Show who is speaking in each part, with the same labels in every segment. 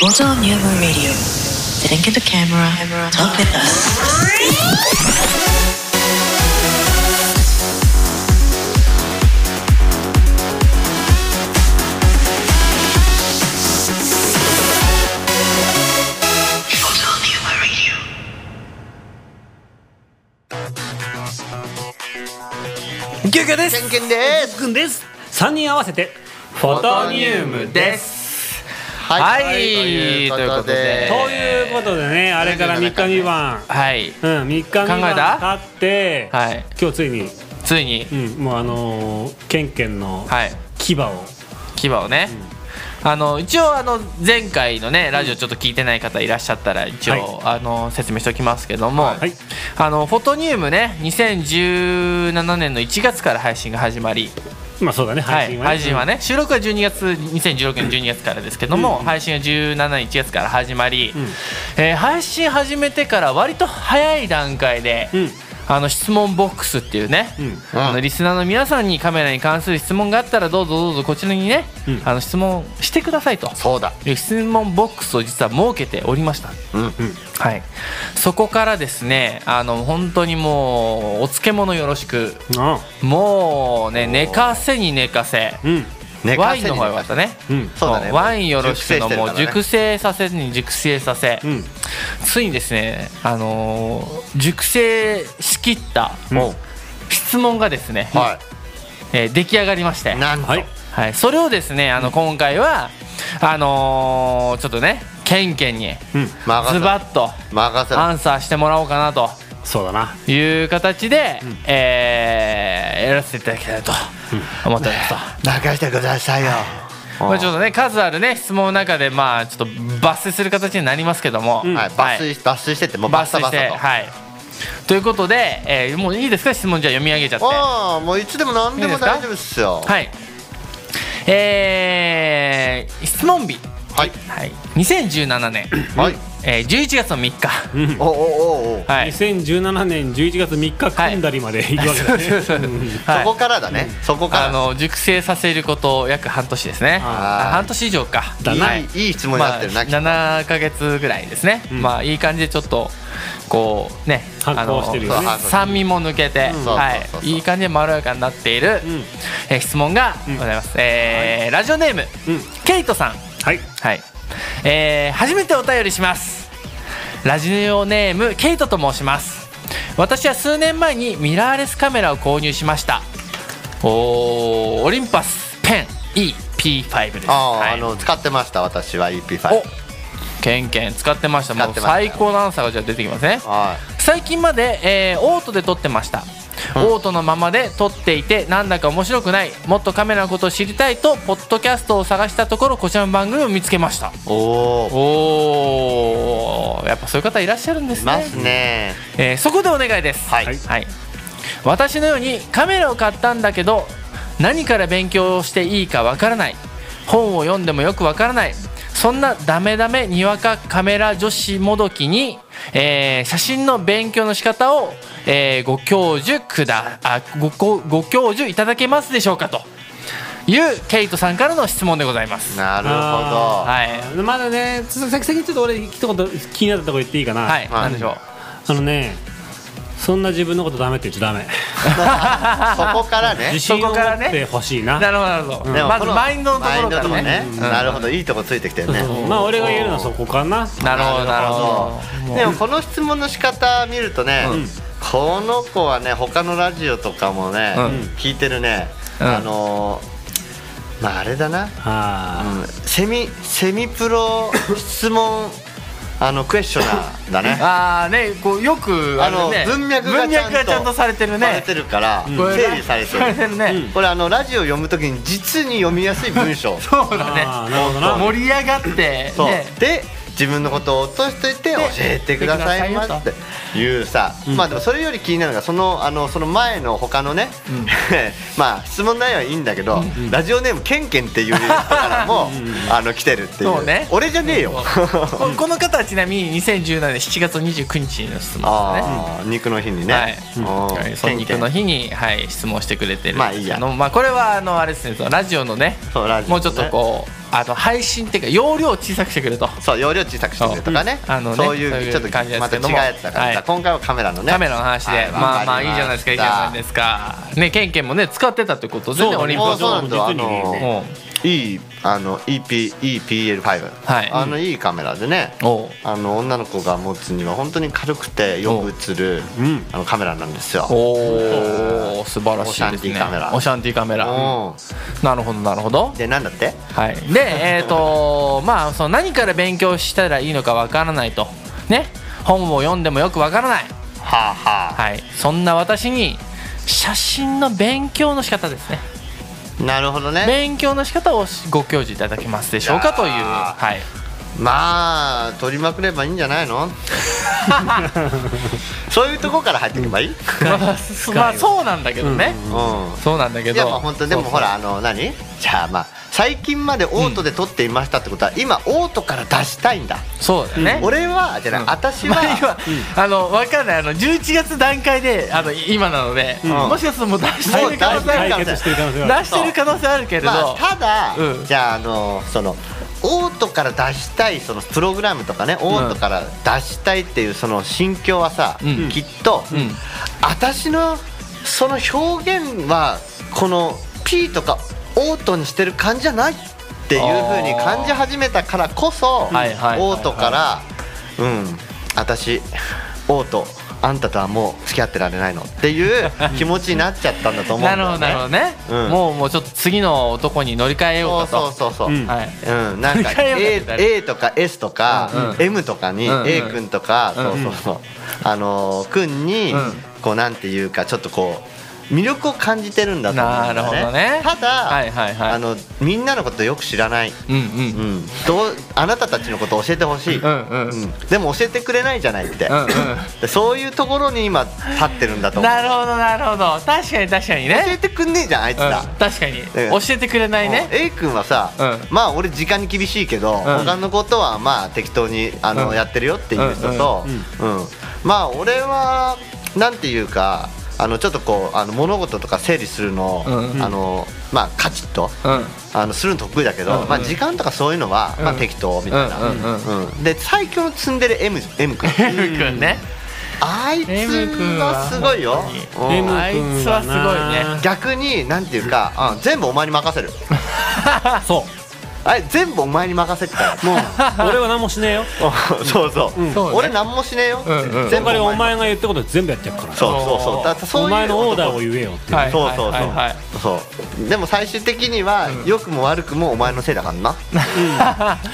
Speaker 1: Total New Moon Radio. Then get the camera. Talk with us.
Speaker 2: キュウキュウで
Speaker 3: ケ
Speaker 2: す
Speaker 3: ンケンです。
Speaker 4: くんです3人合わせてフォトニウムです
Speaker 3: は
Speaker 2: はい
Speaker 3: ということで
Speaker 2: え
Speaker 4: とい
Speaker 2: ー
Speaker 4: うことでねあれから3日3晩
Speaker 2: はい
Speaker 4: うん3日3
Speaker 2: 考え
Speaker 4: 晩
Speaker 2: た
Speaker 4: 経って
Speaker 2: はい
Speaker 4: 今日ついに
Speaker 2: ついに
Speaker 4: うんもうあのーケンケンの
Speaker 2: はい
Speaker 4: 牙を
Speaker 2: 牙をね、あの一応あの前回のねラジオちょっと聞いてない方いらっしゃったら一応、あの説明しておきますけども、
Speaker 4: はい
Speaker 2: あのフォトニウムね2017年の1月から配信が始まり、
Speaker 4: まあそうだね
Speaker 2: は
Speaker 4: 配
Speaker 2: い、
Speaker 4: 信はね
Speaker 2: 配信はね収録は12月2016年12月からですけども、配信は17年1月から始まり、えー配信始めてから割と早い段階で、
Speaker 4: うん
Speaker 2: あの質問ボックスっていうね、
Speaker 4: うん
Speaker 2: あのリスナーの皆さんにカメラに関する質問があったらどうぞどうぞこちらにね、
Speaker 4: うん
Speaker 2: あの質問してくださいと
Speaker 3: そうだ。
Speaker 2: いう質問ボックスを実は設けておりました、
Speaker 3: うん。
Speaker 2: はい、そこからですねあの本当にもうお漬物よろしく
Speaker 4: あ
Speaker 2: もうね寝かせに寝かせ
Speaker 4: うん
Speaker 3: 寝
Speaker 2: ワ
Speaker 3: か
Speaker 2: イ
Speaker 3: せ
Speaker 2: ン
Speaker 3: に
Speaker 2: の方が良かったね
Speaker 4: うん
Speaker 3: そうだね
Speaker 2: もワインよろしくのもう熟
Speaker 3: 熟
Speaker 2: 成させに熟成させ、
Speaker 4: うん
Speaker 2: ついにですね、あのー熟成しきった
Speaker 4: うん
Speaker 2: 質問がですね、
Speaker 3: は
Speaker 2: えー出来上がりまして
Speaker 3: い。、なんと。
Speaker 4: はい
Speaker 2: はい、それをですねあの今回はあのーちょっとねケンケンに
Speaker 4: うん
Speaker 2: ズ
Speaker 3: 任せろ
Speaker 2: バッと
Speaker 3: 任せろ
Speaker 2: アンサーしてもらおうかなと
Speaker 4: そうだな
Speaker 2: いう形で、えーやらせていただきたいと思っておりますと。
Speaker 3: 任せてくださいよ。
Speaker 2: まあ、ちょっとね数あるね質問の中でまあちょっと抜粋する形になりますけども、
Speaker 4: うん
Speaker 3: はい。抜粋抜粋してってもうバッサバ
Speaker 2: 抜粋して
Speaker 3: サと。
Speaker 2: はいということで、えーもういいですか質問じゃあ読み上げちゃっては
Speaker 3: ああもういつでも何でも大丈夫っすよ。
Speaker 2: いえー、質問日、
Speaker 3: はい。
Speaker 2: はい、2017年、
Speaker 3: はい。
Speaker 2: えー、11月の3日
Speaker 4: うん
Speaker 3: おおおお。
Speaker 2: はい
Speaker 4: 2017年11月3日組んだりまで行くわけだね
Speaker 2: そうそうそうは
Speaker 3: そこ
Speaker 2: い
Speaker 3: からだね。そこ
Speaker 2: あ
Speaker 3: か
Speaker 2: の熟成させること約半年ですね
Speaker 4: あ
Speaker 3: ー
Speaker 2: あ半年以上か
Speaker 4: だ
Speaker 3: ら。
Speaker 4: ない
Speaker 3: いいい質問に
Speaker 2: ま
Speaker 3: なっ
Speaker 2: あ、
Speaker 3: てるな。きっと
Speaker 2: 7か月ぐらいですね、
Speaker 4: うん
Speaker 2: まあいい感じでちょっとこうね
Speaker 4: 反抗
Speaker 2: あの
Speaker 4: してるよ
Speaker 3: ね
Speaker 2: そう酸味も抜け
Speaker 3: ん
Speaker 2: て、は
Speaker 3: そうそうそうそう
Speaker 2: い、いい感じでまろやかになっている、
Speaker 4: うん
Speaker 2: えー質問がございます、えーラジオネーム、
Speaker 4: うん
Speaker 2: ケイトさん、
Speaker 4: はい
Speaker 2: はいえー初めてお便りしますラジオネームケイトと申します私は数年前にミラーレスカメラを購入しましたおーオリンパスペン EP5 です
Speaker 3: あ
Speaker 2: は
Speaker 3: あ
Speaker 2: い
Speaker 3: あの使ってました私は EP5。
Speaker 2: おケンケン使ってました
Speaker 3: 使
Speaker 2: も
Speaker 3: っ
Speaker 2: う
Speaker 3: てましたよ
Speaker 2: 最高のアンサーがじゃあ出てきますね
Speaker 3: は
Speaker 2: 最近まで、えーオートで撮ってました、オートのままで撮っていてなんだか面白くないもっとカメラのことを知りたいとポッドキャストを探したところこちらの番組を見つけました
Speaker 3: い。おお。
Speaker 2: おーやっぱそういう方いらっしゃるんですね
Speaker 3: ますね。
Speaker 2: えーそこでお願いです
Speaker 3: はい
Speaker 2: はい、私のようにカメラを買ったんだけど何から勉強していいかわからない本を読んでもよくわからないそんなダメダメにわかカメラ女子もどきに、えー写真の勉強の仕方を、えーご教授くだあごごご教授いただけますでしょうかというケイトさんからの質問でございます。
Speaker 3: なるほど。
Speaker 4: あ
Speaker 2: はい、
Speaker 4: ーまだねちょっと先先にちょっと俺一言気になったとこ言っていいかな
Speaker 2: は
Speaker 3: は
Speaker 2: い、
Speaker 3: い
Speaker 2: なんでしょう
Speaker 4: あのねそんな自分のことダメって言っちゃダメ
Speaker 3: そこからね
Speaker 4: 自。信を
Speaker 2: そ
Speaker 4: 持
Speaker 2: こから
Speaker 4: っ
Speaker 2: ね
Speaker 4: てほしいな
Speaker 2: なるほどなるほど、
Speaker 3: でも
Speaker 2: まず
Speaker 3: この
Speaker 2: マインドのところから
Speaker 3: マインドの
Speaker 2: ね
Speaker 3: とこ
Speaker 2: うん
Speaker 3: なるほどいいとこついてきてるね
Speaker 4: そうそうまあ俺が言えるのはそこかな
Speaker 2: なるほどなるほど
Speaker 3: でもこの質問の仕方見るとね、
Speaker 2: うん
Speaker 3: この子はね他のラジオとかもね、
Speaker 2: うん
Speaker 3: 聞いてるね、
Speaker 2: うん
Speaker 3: あのーまああれだな、
Speaker 4: あ
Speaker 3: うんセミセミプロ質問 あのクエスチョナーだね
Speaker 2: ああねこうよくあ
Speaker 3: あ
Speaker 2: の
Speaker 3: の
Speaker 2: ね
Speaker 3: 文脈がちゃんと
Speaker 2: 文脈がちゃんとされてるね
Speaker 3: されてるから、
Speaker 2: これね
Speaker 3: 整理されて
Speaker 2: されて
Speaker 3: る
Speaker 2: るね
Speaker 3: これあのラジオ読むときに実に読みやすい文 章
Speaker 2: そうだ
Speaker 4: あー
Speaker 2: ね
Speaker 4: なるほどな
Speaker 2: 盛り上がって
Speaker 3: そう、
Speaker 2: ね
Speaker 3: で自分のことを落としといて教えてくださいま
Speaker 2: 教えてください
Speaker 3: っ
Speaker 2: ま
Speaker 3: ていうさ、まあでもそれより気になるのがそのあのその前の他のね、 まあ質問内容はいいんだけど、ラジオネームケンケンっていう人からもあの来てるっていう
Speaker 2: そうね
Speaker 3: 俺じゃねえよ
Speaker 2: ここの方はちなみに2017年7月29日の質問ですね
Speaker 3: ああ肉の日にね、
Speaker 2: はい
Speaker 3: おー
Speaker 2: はいその肉の日に、はい、質問してくれてるんですけど
Speaker 3: まあいいや
Speaker 2: まあ、これはあのあれですねそのラジオのね
Speaker 3: そうラジオのね
Speaker 2: もうちょっとこうあの配信っていうか容量を小さくしてくれと
Speaker 3: そう容量小さくしてくれとかね,、
Speaker 2: うんあのね
Speaker 3: そう
Speaker 2: そう
Speaker 3: い
Speaker 2: いうう
Speaker 3: ちょっと
Speaker 2: 感じです
Speaker 3: また
Speaker 2: け
Speaker 3: 違
Speaker 2: ども
Speaker 3: うやつだから、
Speaker 2: はい
Speaker 3: 今回はカメラのね
Speaker 2: カメラの話で、
Speaker 3: はい
Speaker 2: まあま
Speaker 3: わか
Speaker 2: あい
Speaker 3: り
Speaker 2: いじゃないですかいいじゃないですかねケンケンもね使ってたということで
Speaker 4: そう
Speaker 2: ね
Speaker 4: だね
Speaker 2: オリンピ
Speaker 3: あ
Speaker 2: ッ
Speaker 3: あそうなんだあの
Speaker 2: ク
Speaker 3: いいあの EP EPL5、
Speaker 2: はい
Speaker 3: あのいいカメラでね
Speaker 2: おおう
Speaker 3: あの女の子が持つには本当に軽くてよく映る、
Speaker 4: ん
Speaker 3: あのカメラなんですよ。
Speaker 2: おお素晴らしいです
Speaker 3: オシャ
Speaker 2: ね
Speaker 3: ンティカメラ
Speaker 2: オシャンティカメラなるほどなるほど
Speaker 3: うんでなんだって
Speaker 2: はい、で、えーとまあ、その何から勉強したらいいのかわからないと、ね、本を読んでもよくわからない、
Speaker 3: はあは
Speaker 2: はい、そんな私に写真の勉強の仕方ですね
Speaker 3: あなるほどね
Speaker 2: 勉強の仕方をご教示いただけますでしょうかという、
Speaker 3: いやー
Speaker 2: はい、
Speaker 3: まあ取りまくればいいんじゃない のそういうとこから入っていけばいい、うん、
Speaker 2: まあそうなんだけどね、そうなんだけ
Speaker 3: いやま
Speaker 2: ど
Speaker 3: あ本当でもほらあの何じゃあまあ最近までオートで撮っていましたってことは、今オートから出したいんだ、
Speaker 2: そうだよね、
Speaker 3: 俺はじゃあ、
Speaker 2: うん
Speaker 3: 私
Speaker 2: まあ
Speaker 3: は
Speaker 2: 今あの分かんないあの11月段階であの今なので、
Speaker 3: ん
Speaker 2: もしかするともう出してる可能性ある
Speaker 4: 解決してる可能性はあ
Speaker 2: 出してる可能性あるけれど、
Speaker 3: まあ、ただ、
Speaker 2: うん
Speaker 3: じゃああのそのオートから出したいそのプログラムとかね、オートから出したいっていうその心境はさ、
Speaker 2: うん
Speaker 3: きっと、
Speaker 2: うん
Speaker 3: 私のその表現はこの P とかオートにしてる感じじゃないっていう風に感じ始めたからこそ、
Speaker 2: はいはいはいはい
Speaker 3: オートから「うん私オートあんたとはもう付き合ってられないの」っていう気持ちになっちゃったんだと思うんだ
Speaker 2: な
Speaker 3: よね。
Speaker 2: るほどなるほどね、
Speaker 3: うん
Speaker 2: もうもうちょっと次の男に乗り換えようか
Speaker 3: そ
Speaker 2: と
Speaker 3: うそうそうそう、
Speaker 4: うん
Speaker 2: はい
Speaker 3: うん、なんか
Speaker 2: 振り返り
Speaker 3: A,
Speaker 2: ますよ
Speaker 3: A とか S とか
Speaker 2: うん
Speaker 3: M とかに
Speaker 2: うん
Speaker 3: A 君とかそうそうそうあのー君に
Speaker 2: うん
Speaker 3: こうなんていうかちょっとこう魅力を感じてるんだと思うんだよ
Speaker 2: なるほどね
Speaker 3: ただ、
Speaker 2: はいはいはい
Speaker 3: あのみんなのことよく知らない、
Speaker 2: うんう
Speaker 3: うんん、どうあなたたちのことを教えてほしい、
Speaker 2: うんうん
Speaker 3: んでも教えてくれないじゃないって、
Speaker 2: うんうん
Speaker 3: でそういうところに今立ってるんだと思う
Speaker 2: なるほどなるほど確かに確かに
Speaker 3: 教
Speaker 2: ね、
Speaker 3: えてくんねえじゃんあいつ
Speaker 2: うん
Speaker 3: ら、、
Speaker 2: 確かに、
Speaker 3: ん
Speaker 2: 教えてくれないね
Speaker 3: A 君はさ、
Speaker 2: うん
Speaker 3: まあ俺時間に厳しいけど、他のことはまあ適当にあの、
Speaker 2: うん
Speaker 3: やってるよっていう人と、うんまあ俺はなんていうかあのちょっとこうあの物事とか整理するのを、
Speaker 2: うん
Speaker 3: あのまあカチッと、
Speaker 2: うん
Speaker 3: あのするの得意だけど、
Speaker 2: うん
Speaker 3: まあ時間とかそういうのは、まあ適当みたいな、
Speaker 2: うんう
Speaker 3: う
Speaker 2: ん
Speaker 3: んで最強のツンデレ M, M 君
Speaker 2: M 君ね
Speaker 3: あいつ
Speaker 2: M 君
Speaker 3: は
Speaker 2: は
Speaker 3: すごいよ、うん
Speaker 4: M 君
Speaker 2: あいつはすご
Speaker 3: 逆になんていうか、うん全部お前に任せる
Speaker 4: そ
Speaker 3: あれ全部お前に任せてたよ
Speaker 4: うもう俺は何もしねえ よ
Speaker 3: そうそう、
Speaker 2: そうね
Speaker 3: 俺なんもしねえよ、
Speaker 2: うんうん
Speaker 4: そ
Speaker 3: 全
Speaker 4: ん
Speaker 3: 部
Speaker 4: かりお
Speaker 3: お前
Speaker 4: 前が言ったこと全部やってやるから
Speaker 3: そうそうそうだからそういう
Speaker 4: お前のオーダーを
Speaker 3: う
Speaker 4: 言えよって
Speaker 2: いねはい
Speaker 3: そうそうそう、
Speaker 2: はいはい
Speaker 3: そうでも最終的には良、くも悪くもお前のせいだからな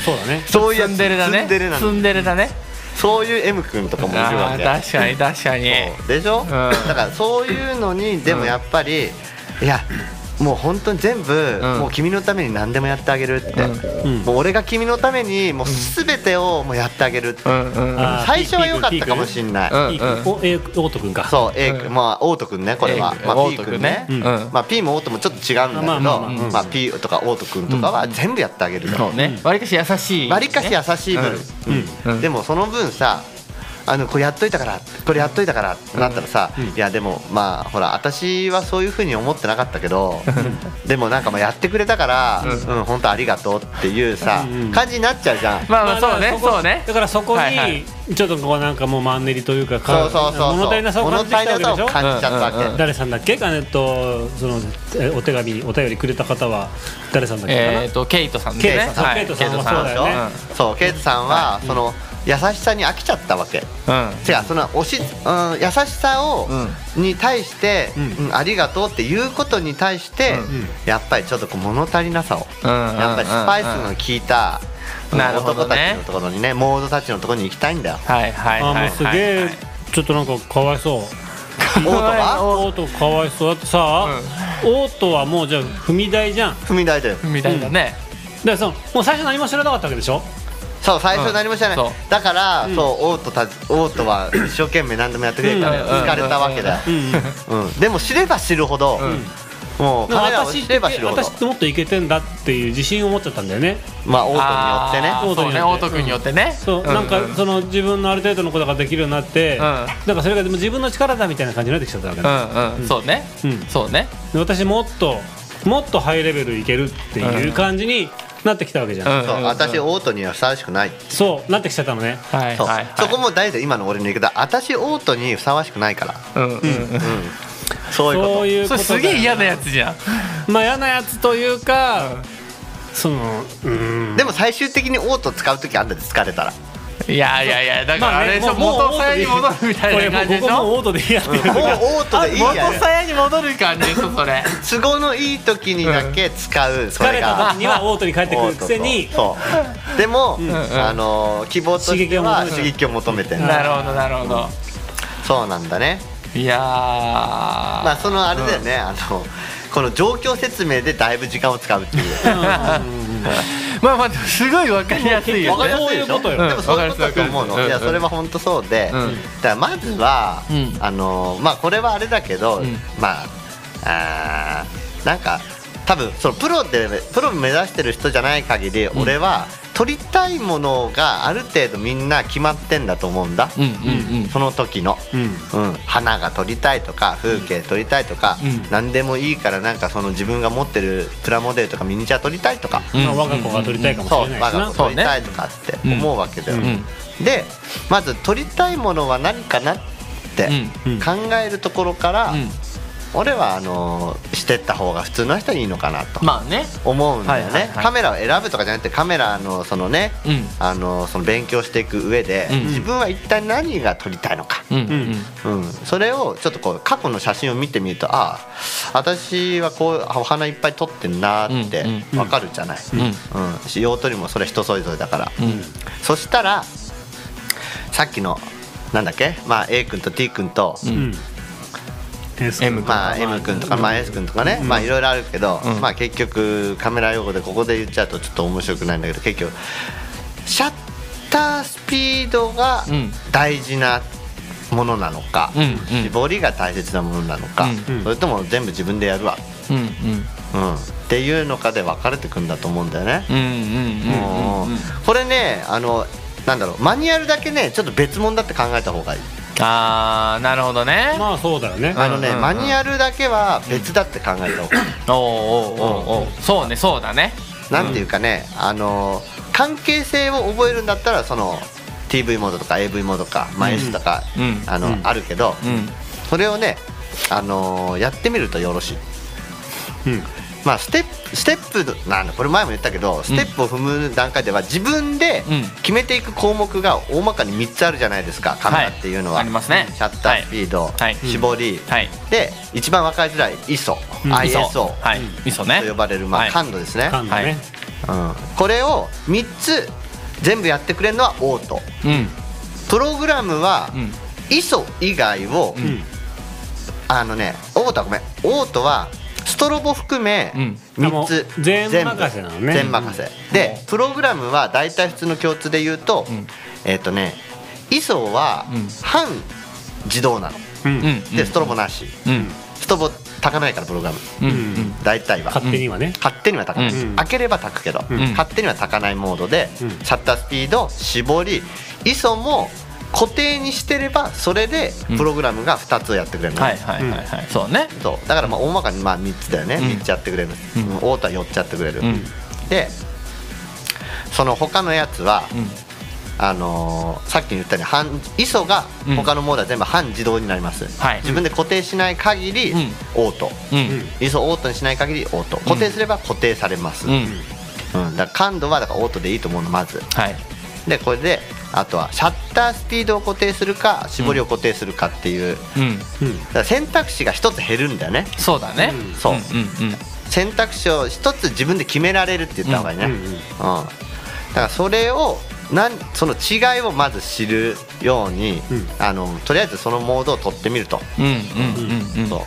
Speaker 4: そうだね
Speaker 3: そういうや
Speaker 2: ツ
Speaker 3: つ
Speaker 2: ンデレだね
Speaker 3: ツンデレなの
Speaker 2: ツンデレだね
Speaker 3: そういう M 君とかもいるわ
Speaker 2: あ
Speaker 3: け
Speaker 2: ー確かに確かに
Speaker 3: そうでしょ、だからそういうのにでもやっぱり、いやもう本当に全部、
Speaker 2: ん
Speaker 3: もう君のために何でもやってあげるって、
Speaker 4: うん
Speaker 3: もう俺が君のためにもう全てをもうやってあげるって、
Speaker 2: うんうんうん
Speaker 4: あー
Speaker 3: 最初は良かったかもし
Speaker 4: ピ
Speaker 3: んない、
Speaker 2: うん
Speaker 4: ー君
Speaker 2: うん
Speaker 4: おえーおーとくんか
Speaker 3: そう A 君、まあオート君ねこれは
Speaker 2: A、君
Speaker 3: まあ、
Speaker 2: オ
Speaker 3: P
Speaker 2: ート
Speaker 3: 君
Speaker 2: 君
Speaker 3: ね
Speaker 2: ねうん
Speaker 3: まあ、P もオートもちょっと違うんだけど、
Speaker 4: まあまあまあ
Speaker 3: まあ、P とかオート君とかは全部やってあげる
Speaker 2: そうねわりかし優しい
Speaker 3: わり、割かし優しい分、うん
Speaker 2: うん
Speaker 3: でもその分さあのこれやっといたからこれやっといたからってなったらさ、いやでもまあほら私はそういうふうに思ってなかったけどでもなんかまあやってくれたから、うん本当ありがとうっていうさ、感じになっちゃうじゃん、
Speaker 2: まあまあそうね
Speaker 4: だから
Speaker 2: そうね
Speaker 4: だからそこ
Speaker 2: はいはい
Speaker 4: にちょっとこうなんかもうマンネリというか
Speaker 3: そうそうそうそう
Speaker 4: 物足りなさを感じてきたわけでし
Speaker 3: 物
Speaker 4: ょ
Speaker 3: 足りなさを感じちゃったわけ、
Speaker 2: うんうんうん
Speaker 4: 誰さんだっけかねとそのえお手紙お便りくれた方は誰さんだっけかな、
Speaker 2: えーとケイトさんです
Speaker 4: ケイ
Speaker 2: ね
Speaker 4: トさん
Speaker 2: はい
Speaker 4: ケイトさんも
Speaker 3: そうでしょ、
Speaker 4: だよね
Speaker 3: そうケイトさんは、その優しさに飽きちゃったわけ違う
Speaker 2: うん
Speaker 3: そのおし、うん、優しさを、に対して、うんありがとうっていうことに対して、やっぱりちょっとこう物足りなさを、
Speaker 2: うんうんうんうん
Speaker 3: やっぱりスパイスの効いた、うん
Speaker 2: なるほ
Speaker 3: 男
Speaker 2: ど
Speaker 3: た
Speaker 2: ね
Speaker 3: ちのところにねモードたちのところに行きたい んだよ
Speaker 2: はいはい
Speaker 4: あ
Speaker 2: はい
Speaker 4: ー
Speaker 2: は
Speaker 4: も
Speaker 2: いう
Speaker 4: すげえ、
Speaker 2: はい
Speaker 4: ちょっとなんかかわいそう
Speaker 3: オートが
Speaker 4: オートかわいそうだってさ、オートはもうじゃあ踏み台じゃんだか
Speaker 3: 踏み台だよ
Speaker 2: みたいなね、
Speaker 4: らそのもう最初何も知らなかったわけでしょ
Speaker 3: そう最初何も知らない、
Speaker 2: うんそう
Speaker 3: だから、そうオートたちオートは 一生懸命何でもやってくれたから
Speaker 2: うんうんうんうん
Speaker 3: 疲れたわけだよ、うんでも知れば知るほど、もう
Speaker 4: なんか
Speaker 3: 彼らを
Speaker 4: 私っ
Speaker 3: 知
Speaker 4: て
Speaker 3: れば知るほど
Speaker 4: 私ってもっといけてんだっていう自信を持っちゃったんだよね
Speaker 3: まあオートによって
Speaker 2: あ
Speaker 3: ね
Speaker 2: ーそうね
Speaker 4: オ
Speaker 2: オ
Speaker 4: ー
Speaker 2: ー
Speaker 4: ト
Speaker 2: ト君によってね
Speaker 4: そう、なんかその自分のある程度のことができるようになって、
Speaker 2: ん
Speaker 4: なんかそれがでも自分の力だみたいな感じになってきちゃったわけ
Speaker 2: う
Speaker 4: だ、
Speaker 2: んうんそうね
Speaker 4: うん
Speaker 2: そうね
Speaker 4: で私もっともっとハイレベルいけるっていう感じになってきたわけじゃん、
Speaker 2: うん
Speaker 3: そう私オートにはふさわしくない
Speaker 4: そうなってきちゃったのね
Speaker 2: はい
Speaker 3: そう
Speaker 2: はいはい
Speaker 3: そこも大事だ今の俺の言い方私オートにふさわしくないから
Speaker 2: うんうん
Speaker 3: そういう
Speaker 4: そう
Speaker 3: こ
Speaker 4: いう
Speaker 2: そ
Speaker 4: こ
Speaker 2: れ
Speaker 4: とだ
Speaker 2: すげえ嫌なやつじゃん
Speaker 4: まあ嫌なやつというか、そのうん
Speaker 3: とでも最終的にオート使う時あんだで疲れたら
Speaker 2: いやいやいやだからあれでしょ、元さやに戻るみたいな感じでし
Speaker 4: これもう
Speaker 2: ょ
Speaker 4: ここもうオートでやってる
Speaker 3: もうオートでいいや
Speaker 2: 元さやに戻る感じでしょそれ
Speaker 3: 都合のいい時にだけ使うそ
Speaker 4: 疲
Speaker 3: れ
Speaker 4: れ
Speaker 3: が
Speaker 4: た時にはオートに帰ってくるくせに
Speaker 3: そうでも、あの希望としては刺激を求めてる
Speaker 2: なるほどなるほど
Speaker 3: そうなんだね
Speaker 2: いやー
Speaker 3: まあそのあれだよね、あのこの状況説明でだいぶ時間を使うっていう
Speaker 2: まあまあでもすごいわかりやすいよ
Speaker 3: わかり
Speaker 2: ね
Speaker 3: やすいでしょ
Speaker 4: そういうことよ
Speaker 3: でもそういうことだと思うの、
Speaker 2: うん
Speaker 3: いやそれは本当そうで、
Speaker 2: うん
Speaker 3: だからまずは、
Speaker 2: うん
Speaker 3: あのまあこれはあれだけど、
Speaker 2: ん
Speaker 3: まああーなんか多分そのプロでプロ目指してる人じゃない限り、俺は取りたいものがある程度みんな決まってんだと思うんだ、
Speaker 2: うんうん
Speaker 3: その時の、
Speaker 4: うん
Speaker 3: うん、花が撮りたいとか風景撮りたいとか、
Speaker 2: うん
Speaker 3: 何でもいいからなんかその自分が持ってるプラモデルとかミニチュア撮りたいとか、
Speaker 2: うん
Speaker 4: まあ我が子が取りたいかもし
Speaker 3: そう
Speaker 4: れない
Speaker 3: 我
Speaker 4: しな、
Speaker 3: が子撮りたいとかって思うわけだよ、
Speaker 4: うん
Speaker 3: でまず撮りたいものは何かなって
Speaker 4: うん
Speaker 3: 考えるところから、
Speaker 2: うん
Speaker 3: 俺はあのしてった方が普通の人にいいのかなと。
Speaker 2: まあね
Speaker 3: 思うんだよね、
Speaker 2: はいはいはい
Speaker 3: カメラを選ぶとかじゃなくてカメラのそのね、
Speaker 2: うん
Speaker 3: あのその勉強していく上で、
Speaker 2: うん
Speaker 3: 自分は一体何が撮りたいのか、
Speaker 2: うんうん
Speaker 4: うん
Speaker 3: うん、それをちょっとこう過去の写真を見てみるとああ私はこうお花いっぱい撮ってんなーって
Speaker 2: うん
Speaker 3: わかるじゃない、うん
Speaker 2: ん
Speaker 3: し用途にもそれ人それぞれだから、
Speaker 2: ん
Speaker 3: そしたらさっきのなんだっけ、まあ、A 君と T 君と、
Speaker 4: うん、
Speaker 2: M
Speaker 3: まあ、M 君とか、まあ、S 君とかね、まあいろいろあるけど、
Speaker 2: うん
Speaker 3: まあ、結局カメラ用語でここで言っちゃうとちょっと面白くないんだけど結局シャッタースピードが
Speaker 2: うん
Speaker 3: 大事なものなのか、
Speaker 2: うんうん
Speaker 3: 絞りが大切なものなのか、
Speaker 2: うん
Speaker 4: うん
Speaker 3: それとも全部自分でやるわ、
Speaker 2: うんうん
Speaker 3: うん、っていうのかで分かれてくんだと思うんだよね。
Speaker 2: うんうんうんうんうん
Speaker 3: うんこれねあのなんだろうマニュアルだけねちょっと別物だって考えた方がいい。
Speaker 2: あーなるほどね
Speaker 4: まあそうだよね、
Speaker 3: あのね、
Speaker 2: うんうんうん
Speaker 3: マニュアルだけは別だって考えた方がいい。
Speaker 2: おおうおうおうおうそうねそうだね
Speaker 3: なんていうかね、あの関係性を覚えるんだったらその TV モードとか AV モードとか、まあ、S とか、
Speaker 2: うん
Speaker 3: あの
Speaker 4: うん
Speaker 3: あるけど、
Speaker 2: うん
Speaker 3: それをね、あのやってみるとよろしい。
Speaker 4: うん
Speaker 3: まあ、ステップステップなんだこれ前も言ったけどステップを踏む段階では自分で
Speaker 2: うん
Speaker 3: 決めていく項目が大まかに3つあるじゃないですかカメラっていうのは、
Speaker 2: はいありますね
Speaker 3: シャッタースピード、
Speaker 2: はい
Speaker 3: 絞り、
Speaker 2: はい
Speaker 3: で一番分かりづらい ISO、ISO
Speaker 2: はい味噌ね
Speaker 3: と呼ばれる、ま
Speaker 2: は
Speaker 3: あ、
Speaker 2: い
Speaker 3: 感度ですね、
Speaker 4: 感度
Speaker 2: はい
Speaker 4: ね、
Speaker 3: うんこれを3つ全部やってくれるのはオート
Speaker 2: うん
Speaker 3: プログラムは
Speaker 2: うん
Speaker 3: ISO 以外を、
Speaker 4: ん
Speaker 3: あのねオートはごめんオートはストロボ含め
Speaker 2: うん
Speaker 3: 3つ、
Speaker 4: あもう全任せなのね
Speaker 3: 全部全任せ、でプログラムは大体普通の共通で言うと、
Speaker 2: ん
Speaker 3: えっ、とね ISO は
Speaker 2: うん
Speaker 3: 半自動なの、
Speaker 4: うん
Speaker 2: うんうん
Speaker 3: でストロボなし、
Speaker 2: うん
Speaker 3: ストロボ炊かないからプログラム
Speaker 2: うん
Speaker 3: 大体は
Speaker 4: 勝手にはね、
Speaker 3: 勝手には炊かない、
Speaker 4: うん
Speaker 3: 開ければ炊くけど、
Speaker 2: ん
Speaker 3: 勝手には炊かないモードで、
Speaker 4: うん
Speaker 3: シャッタースピード絞り ISO も固定にしてればそれで
Speaker 2: うん
Speaker 3: プログラムが2つやってくれるの、
Speaker 2: はいはいはいはいそうね
Speaker 3: そうだからまあ大まかにまあ3つだよね、
Speaker 2: ん
Speaker 3: 3つやってくれる、
Speaker 2: う
Speaker 3: うんん、オートは4つやってくれる、
Speaker 2: うん
Speaker 3: でその他のやつは、
Speaker 2: うん
Speaker 3: あのーさっき言ったように半 ISO が
Speaker 2: うん
Speaker 3: 他のモードは全部半自動になります、
Speaker 2: はい
Speaker 3: 自分で固定しない限り、
Speaker 2: うん
Speaker 3: オート
Speaker 2: うん
Speaker 3: ISO オートにしない限りオート固定すれば固定されます、
Speaker 2: うん
Speaker 3: うん、だから感度はだからオートでいいと思うのまず
Speaker 2: はい
Speaker 3: でこれであとはシャッタースピードを固定するか絞りを固定するかっていう、
Speaker 2: うん
Speaker 4: うん
Speaker 3: だから選択肢が1つ減るんだよね
Speaker 2: そうだね
Speaker 4: うん
Speaker 3: そう、
Speaker 2: うんうん
Speaker 3: 選択肢を1つ自分で決められるって言った方がいいね、
Speaker 4: う
Speaker 3: うんん
Speaker 4: うんうん
Speaker 3: だからそれをなんその違いをまず知るように、
Speaker 4: うん
Speaker 3: あのとりあえずそのモードを取ってみると、
Speaker 2: うんうんうんうん
Speaker 3: そ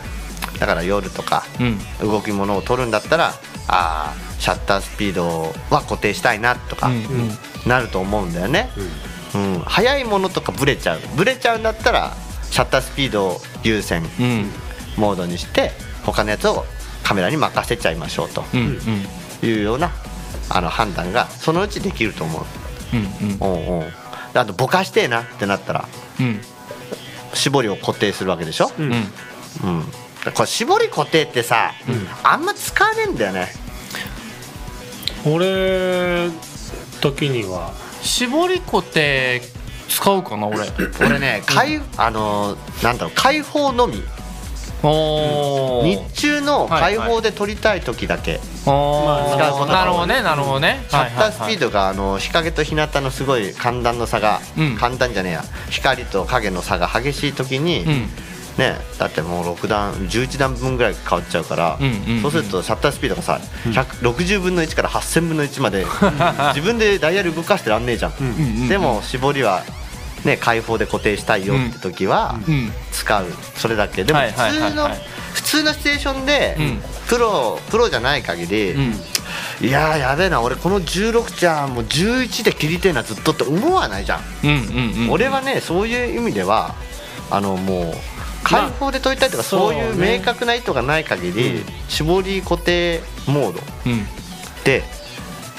Speaker 3: うだから夜とか、
Speaker 2: うん
Speaker 3: 動き物を取るんだったらあーシャッタースピードは固定したいなとか、
Speaker 2: うんうん
Speaker 3: なると思うんだよね、うん速いものとかブレちゃうブレちゃうんだったらシャッタースピードを優先
Speaker 2: うん
Speaker 3: モードにして他のやつをカメラに任せちゃいましょう
Speaker 2: う
Speaker 3: と
Speaker 2: んうん
Speaker 3: いうようなあの判断がそのうちできると思う
Speaker 2: うん
Speaker 3: おうおうあとぼかしてえなってなったら
Speaker 2: うん
Speaker 3: 絞りを固定するわけでしょ、
Speaker 4: うん
Speaker 2: うん
Speaker 3: うんこれ絞り固定ってさ、あんま使わねえんだよね
Speaker 4: 俺時には
Speaker 2: 絞り粉って使うかな俺
Speaker 3: 俺ね開、あのーなんだろう開放のみ
Speaker 2: おー
Speaker 3: 日中の
Speaker 2: はい
Speaker 3: 開
Speaker 2: はい
Speaker 3: 放で撮りたい時だけ、使
Speaker 2: お
Speaker 3: うこと
Speaker 2: ー
Speaker 3: が多い
Speaker 2: なるほどねなるほどね
Speaker 3: シャッタースピー
Speaker 2: ド
Speaker 3: ドがあの日陰と日向のすごい寒暖の差が、
Speaker 2: うん
Speaker 3: 寒暖じゃねえや光と影の差が激しい時に、
Speaker 2: うん
Speaker 3: ねだってもう6段11段分ぐらい変わっちゃうから、
Speaker 2: うんうんうん
Speaker 3: そうするとシャッタースピードがさ、160分の1から8000分の1まで 自分でダイヤル動かしてらんねえじゃん、
Speaker 2: ん
Speaker 3: でも絞りはね開放で固定したいよって時は、
Speaker 2: うん
Speaker 3: 使うそれだけでも
Speaker 2: はい
Speaker 3: 普
Speaker 2: はいはい
Speaker 3: 通の
Speaker 2: はい
Speaker 3: 普通のシチュエーションで、
Speaker 2: うん
Speaker 3: プロプロじゃない限り、
Speaker 2: うん
Speaker 3: いやーやべえな俺この16じゃもう11で切りてえなずっとって思わないじゃん、
Speaker 2: うんうんうん
Speaker 3: 俺はねそういう意味ではあのもう開放で撮りたいとか、そういう
Speaker 4: そうね
Speaker 3: 明確な意図がない限り、絞り固定モード
Speaker 2: うん
Speaker 3: で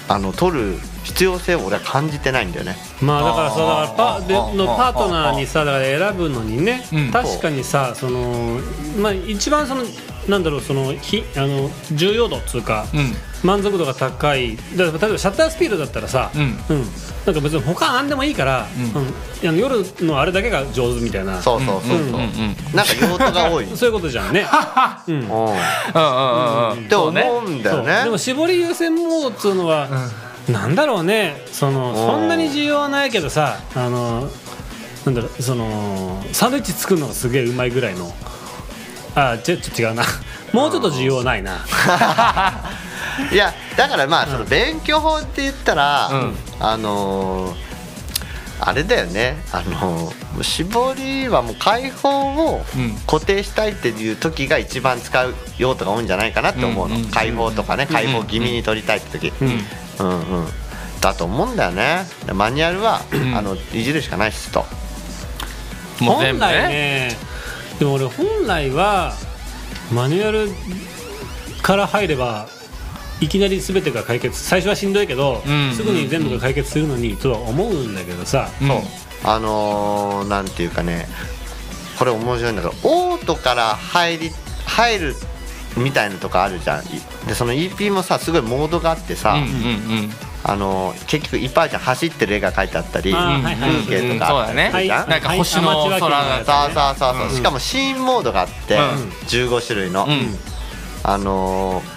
Speaker 3: あの撮る必要性を俺は感じてないんだよね
Speaker 4: まあだからさだから
Speaker 2: あ
Speaker 4: パ
Speaker 2: ー
Speaker 4: で
Speaker 2: あー
Speaker 4: のパートナー
Speaker 2: あー
Speaker 4: にさだから選ぶのにね、
Speaker 2: うん
Speaker 4: 確かにさそのまあ一番そのなんだろうそのひあの重要度っつうか、
Speaker 2: うん
Speaker 4: 満足度が高いだから例えばシャッタースピードだったらさ、
Speaker 2: うん
Speaker 4: なんか別に他なんでもいいから、
Speaker 2: うん
Speaker 4: うんあの夜のあれだけが上手みたいな
Speaker 3: そうそうそうそう、
Speaker 2: うんうんうん
Speaker 3: なんか用途が多 い
Speaker 4: そういうことじゃんね。うん
Speaker 3: う
Speaker 2: うんうんうんうん
Speaker 3: んって思うんだよ
Speaker 4: そうで
Speaker 3: ね
Speaker 4: も絞り優先モードっつうのは、なんだろうねそのそんなに需要はないけどさあのなんだろうそのサンドイッチ作るのがすげえうまいぐらいのあちょっと違うな もうちょっと需要ないな、
Speaker 3: いやだからまあその勉強法って言ったら、
Speaker 2: うん
Speaker 3: あのーあれだよねあのー絞りはもう開放を
Speaker 2: うん
Speaker 3: 固定したいっていう時が一番使う用途が多いんじゃないかなって思うの、
Speaker 2: うんうんうん
Speaker 3: 開放とかね開放気味に取りたいって時、うんうんだと思うんだよねマニュアルは、
Speaker 2: ん
Speaker 3: あのいじるしかないっすと
Speaker 2: もう全
Speaker 4: 本
Speaker 2: 部
Speaker 4: 来
Speaker 2: ね
Speaker 4: ねでも俺本来はマニュアルから入ればいきなり全てが解決最初はしんどいけど、
Speaker 2: うん
Speaker 4: すぐに全部が解決するのにとは思うんだけどさ、
Speaker 2: うん
Speaker 3: あのーなんていうかねこれ面白いんだけどオートから入り入るみたいなとかあるじゃんでその EP もさすごいモードがあってさ、
Speaker 2: うんうんうん
Speaker 3: あのー結局いっぱいあるじゃん走ってる絵が描いてあったり
Speaker 4: あーはいはい
Speaker 3: 風景とかあったりするじゃん、
Speaker 4: うんそうだね
Speaker 2: なんか星の空
Speaker 4: は
Speaker 2: が
Speaker 4: い
Speaker 3: そうそうそうそう、しかもシーンモードがあって、
Speaker 2: うん
Speaker 3: 15種類の、
Speaker 2: うん
Speaker 3: あのー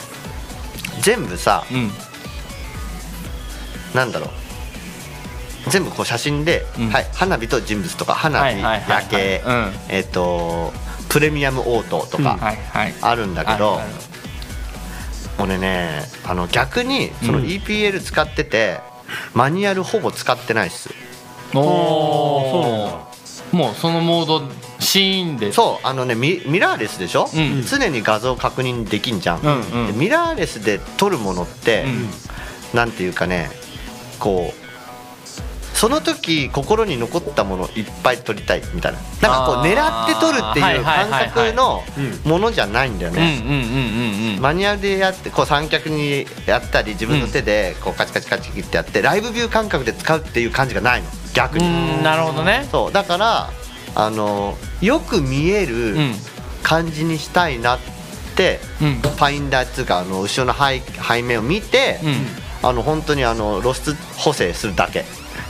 Speaker 3: 全部さ
Speaker 2: うん
Speaker 3: なんだろう全部こう写真で、
Speaker 2: うん
Speaker 3: はい、花火と人物とか花火、
Speaker 2: はいはいはいはい
Speaker 3: 夜景、
Speaker 2: うん
Speaker 3: えっ、とプレミアムオートと
Speaker 4: うん
Speaker 3: か
Speaker 2: はいはい
Speaker 3: あるんだけど、
Speaker 2: あるある
Speaker 3: 俺ねあの逆にその
Speaker 2: うん
Speaker 3: EPL 使ってて、マニュアルほぼ使ってないっす
Speaker 2: お
Speaker 4: そうなん
Speaker 2: おもうそのモードシーンで
Speaker 3: そうあのねミミラーレスでしょ、
Speaker 2: うん
Speaker 3: 常に画像確認できんじゃん、
Speaker 2: うんうん
Speaker 3: でミラーレスで撮るものって、
Speaker 2: うん
Speaker 3: なんていうかねこうその時心に残ったものをいっぱい撮りたいみたいななんかこ
Speaker 2: あ
Speaker 3: う
Speaker 2: ー
Speaker 3: 狙って撮るって
Speaker 2: はい
Speaker 3: いう
Speaker 2: はい
Speaker 3: 感
Speaker 2: はいはい
Speaker 3: 覚の
Speaker 4: う
Speaker 3: ものじゃないんだよ
Speaker 2: うんうん
Speaker 3: ね、
Speaker 2: うんうん
Speaker 3: マニュアルでやってこう三脚にやったり自分の手でこうカチカチカチ切ってやってライブビュー感覚で使うっていう感じがないの逆
Speaker 2: う
Speaker 3: に、
Speaker 2: んなるほどね
Speaker 3: そうだからあのよく見える
Speaker 2: うん
Speaker 3: 感じにしたいなって、
Speaker 2: うん
Speaker 3: ファインダーっていうかあの後ろの背背面を見て、
Speaker 2: うん
Speaker 3: あの本当にあの露出補正するだけ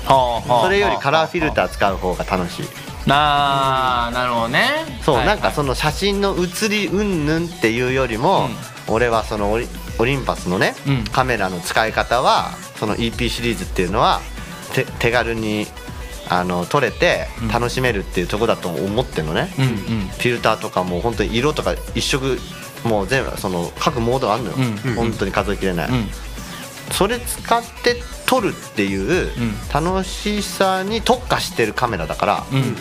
Speaker 2: はあはあはあ
Speaker 3: それよりカラーフィルター使う方が楽しい
Speaker 2: なあなるほどね
Speaker 3: そう、
Speaker 2: はい
Speaker 3: なんかその写真の写りうんぬんっていうよりも、俺はそのオリオリンパスのね、
Speaker 2: うん
Speaker 3: カメラの使い方はその EP シリーズっていうのはて手軽にあの撮れて
Speaker 2: うん
Speaker 3: 楽しめるっていうとこだと思ってんのね、
Speaker 2: うん
Speaker 3: フィルターとかもう本当に色とか一色もう全部その各モードあるのよ、
Speaker 2: うん
Speaker 3: 本当に数えきれない、
Speaker 2: うんうん
Speaker 3: それ使って撮るっていう
Speaker 2: うん
Speaker 3: 楽しさに特化してるカメラだから,、
Speaker 2: うん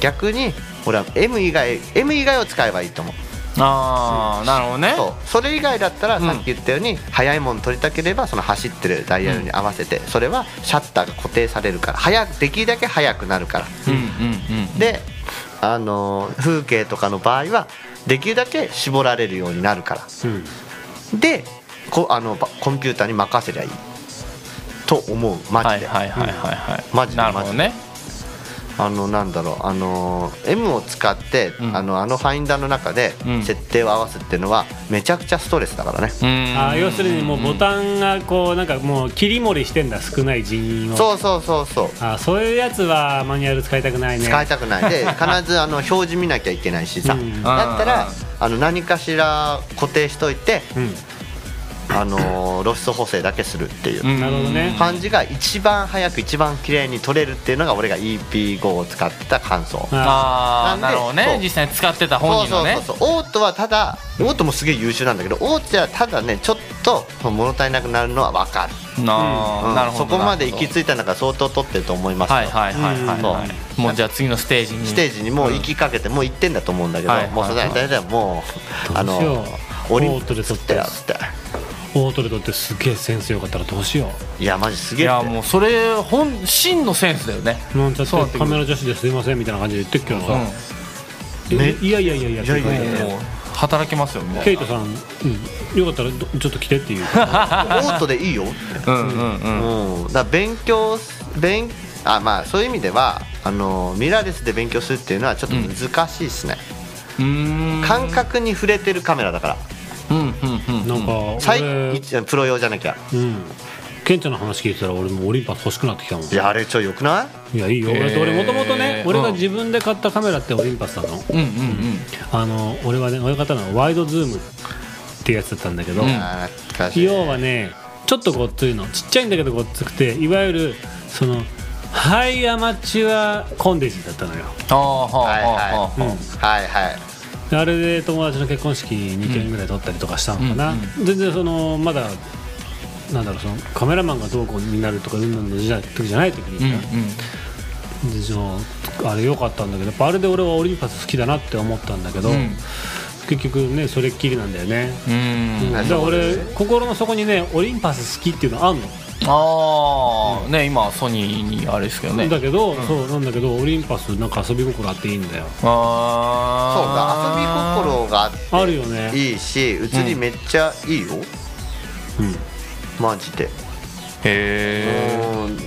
Speaker 3: 逆に俺は M 以外 M 以外を使えばいいと思う
Speaker 2: ああなるほどね
Speaker 3: そうそれ以外だったら
Speaker 2: うん
Speaker 3: さっき言ったように、早いもの撮りたければその走ってるダイヤルに合わせて、それはシャッターが固定されるから早くできるだけ早くなるから、
Speaker 2: うんうんうん
Speaker 3: で、あのー風景とかの場合はできるだけ絞られるようになるから
Speaker 4: ん
Speaker 3: でこあのばコンピューターに任せりゃいいと思うマジで。
Speaker 2: はいはいはいはいはい
Speaker 3: マジで
Speaker 2: なるほどね
Speaker 3: あのなんだろうあの M を使って、
Speaker 2: うん
Speaker 3: あのあのファインダーの中で
Speaker 2: うん
Speaker 3: 設定を合わすっていうのはめちゃくちゃストレスだからね、
Speaker 4: あー要するにもうボタンがこうなんかもう切り盛りしてんだ少ない人員を
Speaker 3: そうそうそうそう
Speaker 4: あーそういうやつはマニュアル使いたくないね
Speaker 3: 使いたくない で必ずあの表示見なきゃいけないしさ、
Speaker 4: うん
Speaker 3: だったら
Speaker 2: あ
Speaker 3: あの何かしら固定しといて、
Speaker 4: うん
Speaker 3: あ のー露出補正だけするっていう、
Speaker 2: うん
Speaker 4: なるほどね
Speaker 3: 感じが一番早く一番綺麗に撮れるっていうのが俺が EP5 を使ってた感想
Speaker 4: あ
Speaker 2: ああ
Speaker 3: な
Speaker 2: なん
Speaker 3: で
Speaker 2: るほど
Speaker 3: そ
Speaker 2: ね
Speaker 3: う
Speaker 2: 実際に使ってた本人のね
Speaker 3: そうそうそうそうオートはただオートもすげえ優秀なんだけどオートはただねちょっと物足りなくなるのは分かる,
Speaker 2: な
Speaker 3: うん、
Speaker 2: あなるほど
Speaker 3: そこまで行き
Speaker 2: い
Speaker 3: 着いたんだから相当撮ってると思いますよ、
Speaker 2: はいはいはいはいは
Speaker 3: うん
Speaker 2: いもうじゃあ次のステージに
Speaker 3: ステージにもう行きかけてもう行ってんだと思うんだけど、
Speaker 2: はい
Speaker 3: もうそれ
Speaker 2: はい
Speaker 3: 大体だよもうあ
Speaker 4: どうしよ
Speaker 3: の
Speaker 4: う
Speaker 3: オリン
Speaker 4: オートで撮って
Speaker 3: てやつって
Speaker 4: ーオートで撮ってすげえセンスよかったらどうしよ
Speaker 3: いやマジす
Speaker 2: い
Speaker 3: げえっ
Speaker 2: や
Speaker 3: て
Speaker 2: もうそれ本真のセンスだよね
Speaker 4: うなんちゃ
Speaker 2: そうなっ
Speaker 4: っててカ
Speaker 2: く
Speaker 4: メ
Speaker 2: る
Speaker 4: ラ女子ですいませんみたいな感じで言ってっけど
Speaker 2: う
Speaker 4: さ
Speaker 2: ん、
Speaker 4: えいやいやいやいや
Speaker 3: いやいやいや
Speaker 2: もう働けますよもう
Speaker 4: ケイトさん、うん、よかったらどちょっと来てっていう
Speaker 3: オートでいいよ
Speaker 2: うんうんうん
Speaker 3: うん、だから勉強勉あまあそういう意味ではあのミラーレスで勉強するっていうのはちょっと難しいですね、
Speaker 2: うーん
Speaker 3: 感覚に触れてるカメラだから
Speaker 2: うんうんうん
Speaker 4: なんか
Speaker 3: 最
Speaker 4: 俺、
Speaker 3: 一プロ用じゃなきゃ
Speaker 4: うん、ケンちゃんの話聞いてたら俺もオリンパス欲しくなってきたもん
Speaker 3: いやあれちょよくない
Speaker 4: いやいいよ、
Speaker 2: へー
Speaker 4: 俺もともとね俺
Speaker 2: う
Speaker 4: が
Speaker 2: ん
Speaker 4: 自分で買ったカメラってオリンパスなの、
Speaker 2: うんうん
Speaker 4: あの俺はね親方のワイドズームっていうやつだったんだけど、
Speaker 2: うん
Speaker 3: あー懐かしい
Speaker 4: 要はねちょっとごっついのちっちゃいんだけどごっつくていわゆるそのハイアマチュアコンデジだったのよ
Speaker 2: ああはあはあは
Speaker 4: う
Speaker 2: あ
Speaker 4: ん
Speaker 3: はいはい
Speaker 4: であれで友達の結婚式2件ぐらい撮ったりとかしたのかな、
Speaker 2: うん
Speaker 4: 全然そのまだなんだろうそのカメラマンがどうこうになるとかうんぬんの時代時じゃない時
Speaker 2: うんう
Speaker 4: に、
Speaker 2: ん
Speaker 4: でそのあれ良かったんだけどやっぱあれで俺はオリンパス好きだなって思ったんだけど、
Speaker 2: うん
Speaker 4: 結局ねそれっきりなんだよね、
Speaker 2: うん
Speaker 4: だから俺心の底にねオリンパス好きっていうのあんの、
Speaker 2: ああね今ソニーにあれですけどね
Speaker 4: だけど、そうなんだけどオリンパスなんか遊び心あっていいんだよ
Speaker 3: そう
Speaker 2: あ
Speaker 3: だ遊
Speaker 2: あ
Speaker 3: び心があっ
Speaker 4: あるよね
Speaker 3: ていいし写りめっちゃいいよ、
Speaker 4: うん
Speaker 3: マジで
Speaker 2: へえ
Speaker 3: うん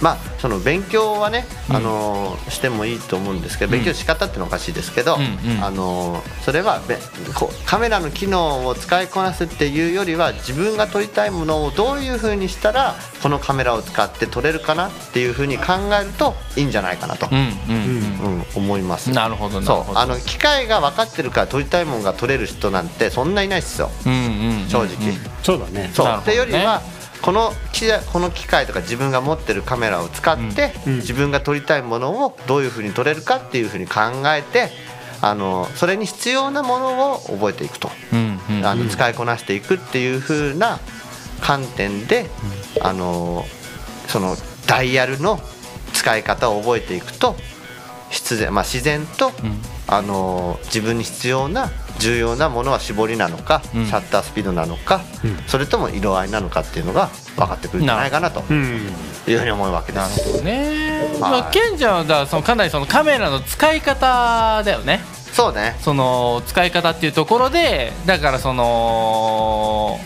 Speaker 3: まあその勉強はね、あのーしてもいいと思うんですけど勉強の仕方ってのはおかしいですけど、
Speaker 2: うんうん
Speaker 3: あのーそれはべこうカメラの機能を使いこなすっていうよりは自分が撮りたいものをどういうふうにしたらこのカメラを使って撮れるかなっていうふうに考えるといいんじゃないかなと、
Speaker 2: う
Speaker 3: うん
Speaker 2: んうん
Speaker 3: 思います
Speaker 2: うんなるほどなる
Speaker 3: そ
Speaker 2: ほ
Speaker 3: うあ
Speaker 2: ど
Speaker 3: の機械が分かってるから撮りたいものが撮れる人なんてそんないないですよ
Speaker 2: うんうんうん
Speaker 3: 正直。
Speaker 4: そうだね
Speaker 3: そ
Speaker 2: な
Speaker 3: う
Speaker 2: るほ
Speaker 3: って
Speaker 2: どね
Speaker 3: よりはこの機材この機械とか自分が持ってるカメラを使って、
Speaker 4: うんうん
Speaker 3: 自分が撮りたいものをどういうふうに撮れるかっていうふうに考えてあのそれに必要なものを覚えていくと、
Speaker 2: うんうん
Speaker 3: あの使いこなしていくっていうふうな観点で、あのそのダイヤルの使い方を覚えていくと必然,、まあ、自然と、
Speaker 2: ん
Speaker 3: あの自分に必要な重要なものは絞りなのか、
Speaker 2: うん
Speaker 3: シャッタースピードなのか、
Speaker 4: うん
Speaker 3: それとも色合いなのかっていうのが分かってくるんじゃないかなと
Speaker 4: うん
Speaker 3: いうふうに思うわけで
Speaker 2: なる
Speaker 3: す。
Speaker 2: ほどね、
Speaker 3: はい
Speaker 2: まあ、ケンちゃんはだからそのかなりそのカメラの使い方だよね
Speaker 3: そうね
Speaker 2: その使い方っていうところでだからその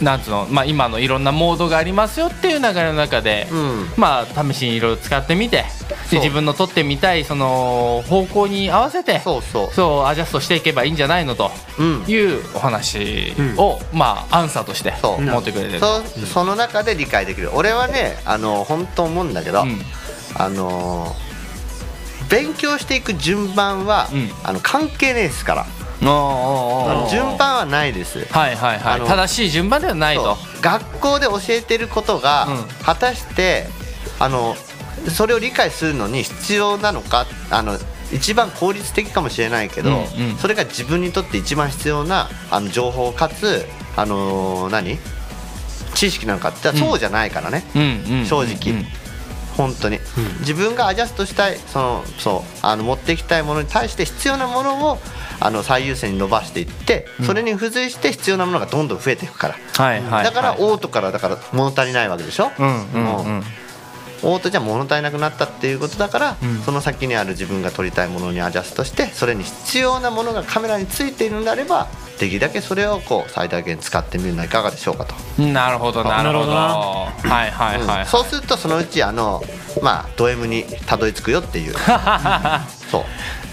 Speaker 2: なんつうの、まあ、今のいろんなモードがありますよっていう流れの中で、
Speaker 3: うん
Speaker 2: まあ試しにいろいろ使ってみて
Speaker 3: そ
Speaker 2: で
Speaker 3: う
Speaker 2: 自分の撮ってみたいその方向に合わせて
Speaker 3: そうそう
Speaker 2: そうアジャストしていけばいいんじゃないのと
Speaker 3: うん
Speaker 2: いうお話を、まあアンサーとして
Speaker 3: そう
Speaker 2: 持ってくれてる
Speaker 3: そその中で理解できる俺はねあの本当思うんだけど、
Speaker 2: うん
Speaker 3: あのー勉強していく順番は、
Speaker 2: うん
Speaker 3: あの関係ねえですから
Speaker 2: おーおーおー
Speaker 3: 順番はないです
Speaker 2: はいはいは
Speaker 3: あ
Speaker 2: い
Speaker 3: の
Speaker 2: 正しい順番ではない
Speaker 3: そ
Speaker 2: と
Speaker 3: う学校で教えてることが、
Speaker 2: うん
Speaker 3: 果たしてあのそれを理解するのに必要なのかあの一番効率的かもしれないけど、
Speaker 2: うんうん
Speaker 3: それが自分にとって一番必要なあの情報かつ、あのー何知識なのかって言ったらそうじゃないからね、
Speaker 2: うんうんうん
Speaker 3: 正直、
Speaker 2: うん
Speaker 3: 本当に、自分がアジャストしたいそのそうあの持っていきたいものに対して必要なものをあの最優先に伸ばしていって、それに付随して必要なものがどんどん増えていくから、
Speaker 2: はいはいはい
Speaker 3: だからオートからだから物足りないわけでしょ、
Speaker 2: うんうんうん
Speaker 3: オートじゃ物足りなくなったっていうことだから、
Speaker 2: ん
Speaker 3: その先にある自分が撮りたいものにアジャストしてそれに必要なものがカメラについているのであればできるだけそれをこう最大限使ってみるのはいかがでしょうかと。
Speaker 2: なるほどなるほ
Speaker 4: なる
Speaker 2: どはいはいはい、
Speaker 3: そうするとそのうちあのまあド M にたどり着くよっていうそう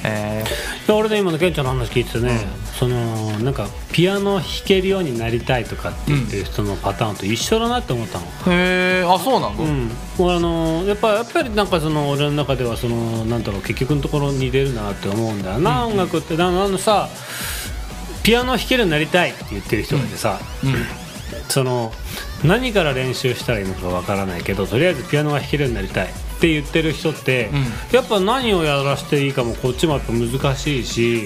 Speaker 2: え
Speaker 4: いや俺ね今のケンちゃんの話聞いててね、そのなんかピアノ弾けるようになりたいとかって言ってる人のパターンと一緒だなって思ったの、
Speaker 2: ー、へえあそうなの、
Speaker 4: うん、俺あのやっぱやっぱりなんかその俺の中ではそのなんだろう結局のところ似てるなって思うんだよな、音楽ってななのさピアノ弾けるようになりたいって言ってる人がいてさ、その何から練習したらいいのかわからないけどとりあえずピアノが弾けるようになりたいって言ってる人って、やっぱ何をやらせていいかもこっちもやっぱ難しいし、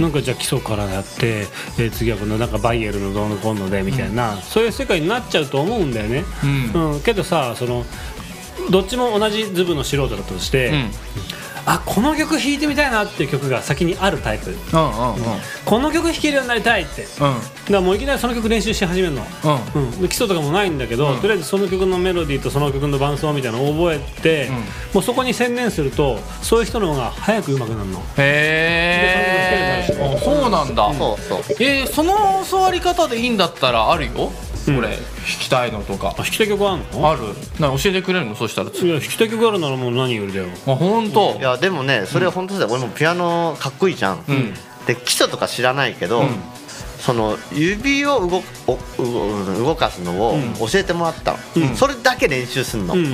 Speaker 4: なんかじゃあ基礎からやって、えー次はこのなんかバイエルのどうのこうのでみたいな、そういう世界になっちゃうと思うんだよね。
Speaker 2: うん
Speaker 4: うん、けどさそのどっちも同じズブの素人だとして、
Speaker 2: うん
Speaker 4: あこの曲弾いてみたいなっていう曲が先にあるタイプ
Speaker 2: うんうんうん
Speaker 4: この曲弾けるようになりたいってだか
Speaker 2: うん
Speaker 4: らもういきなりその曲練習し始めるの、
Speaker 2: うん
Speaker 4: うん、で基礎とかもないんだけど、
Speaker 2: うん
Speaker 4: とりあえずその曲のメロディーとその曲の伴奏みたいなのを覚えて、
Speaker 2: うん
Speaker 4: もうそこに専念するとそういう人の方が早く上手くなるの
Speaker 2: へえー、あそうなんだ、
Speaker 3: そうそう
Speaker 2: えー、その教わり方でいいんだったらあるよ、
Speaker 4: うん
Speaker 2: 俺弾きたいのとか
Speaker 4: あ弾きたい曲あんの
Speaker 2: あるな教えてくれるのそしたら
Speaker 4: いや弾きたい曲あるならもう何よりだよ
Speaker 2: あ本当
Speaker 3: いやでもねそれは本当だよ、俺もピアノかっこいいじゃん、
Speaker 2: ん
Speaker 3: で基礎とか知らないけど、
Speaker 2: うん
Speaker 3: その指を動くおうう動かすのを教えてもらったの、それだけ練習すんの、
Speaker 4: うん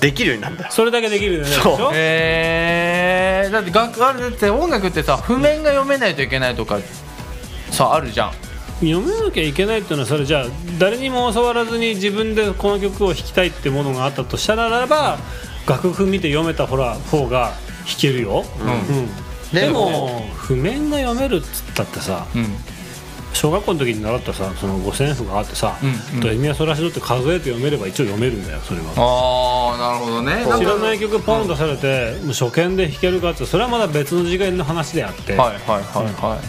Speaker 3: できるようになるんだよ、
Speaker 4: それだけできるよねでし
Speaker 3: そう
Speaker 4: ょ
Speaker 2: へえー、だって楽あれだって音楽ってさ譜面が読めないといけないとかさあるじゃん
Speaker 4: 読めなきゃいけないっていうのはそれじゃあ誰にも教わらずに自分でこの曲を弾きたいってものがあったとしたらならば楽譜見て読めたほら方が弾けるよ、
Speaker 2: うん
Speaker 4: うんで
Speaker 3: でも
Speaker 4: も譜面が読めるっつったってさ
Speaker 2: うん
Speaker 4: 小学校の時に習ったさその五線譜があってさ
Speaker 2: うんうん
Speaker 4: 「ドレミアソラシド」って数えて読めれば一応読めるんだよそれは。
Speaker 2: ああなるほどね
Speaker 4: 知らないい曲ポン出されて、もう初見で弾けるかってそれはまだ別の次元の話であって、
Speaker 2: はいはいはいは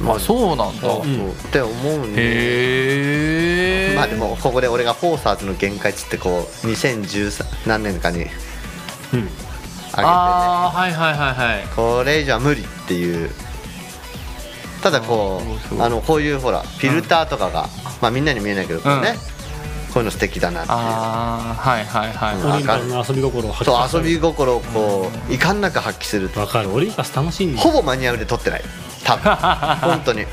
Speaker 2: い、まあそうなんだ、
Speaker 3: そうって思うんで、
Speaker 2: へえ
Speaker 3: まあでもここで俺がフォーサーズの限界値ってこう2013何年かに上げてね
Speaker 4: うん
Speaker 2: ああはいはいはいはい
Speaker 3: これじゃ無理っていうただこ
Speaker 2: あーそう
Speaker 3: う
Speaker 2: そう
Speaker 3: あのこういうほらフィルターとかが、まあみんなに見えないけどこうね、こういうの素敵だなっていう
Speaker 2: ああはいはいはい、
Speaker 3: うん
Speaker 4: オリンパスの遊び心を発揮させ
Speaker 3: そ
Speaker 4: る
Speaker 3: う遊び心をこう、いかんなく発揮する
Speaker 4: わかるオリンパス楽しいんだよ
Speaker 3: ほぼマニュアルで撮ってない多分本当に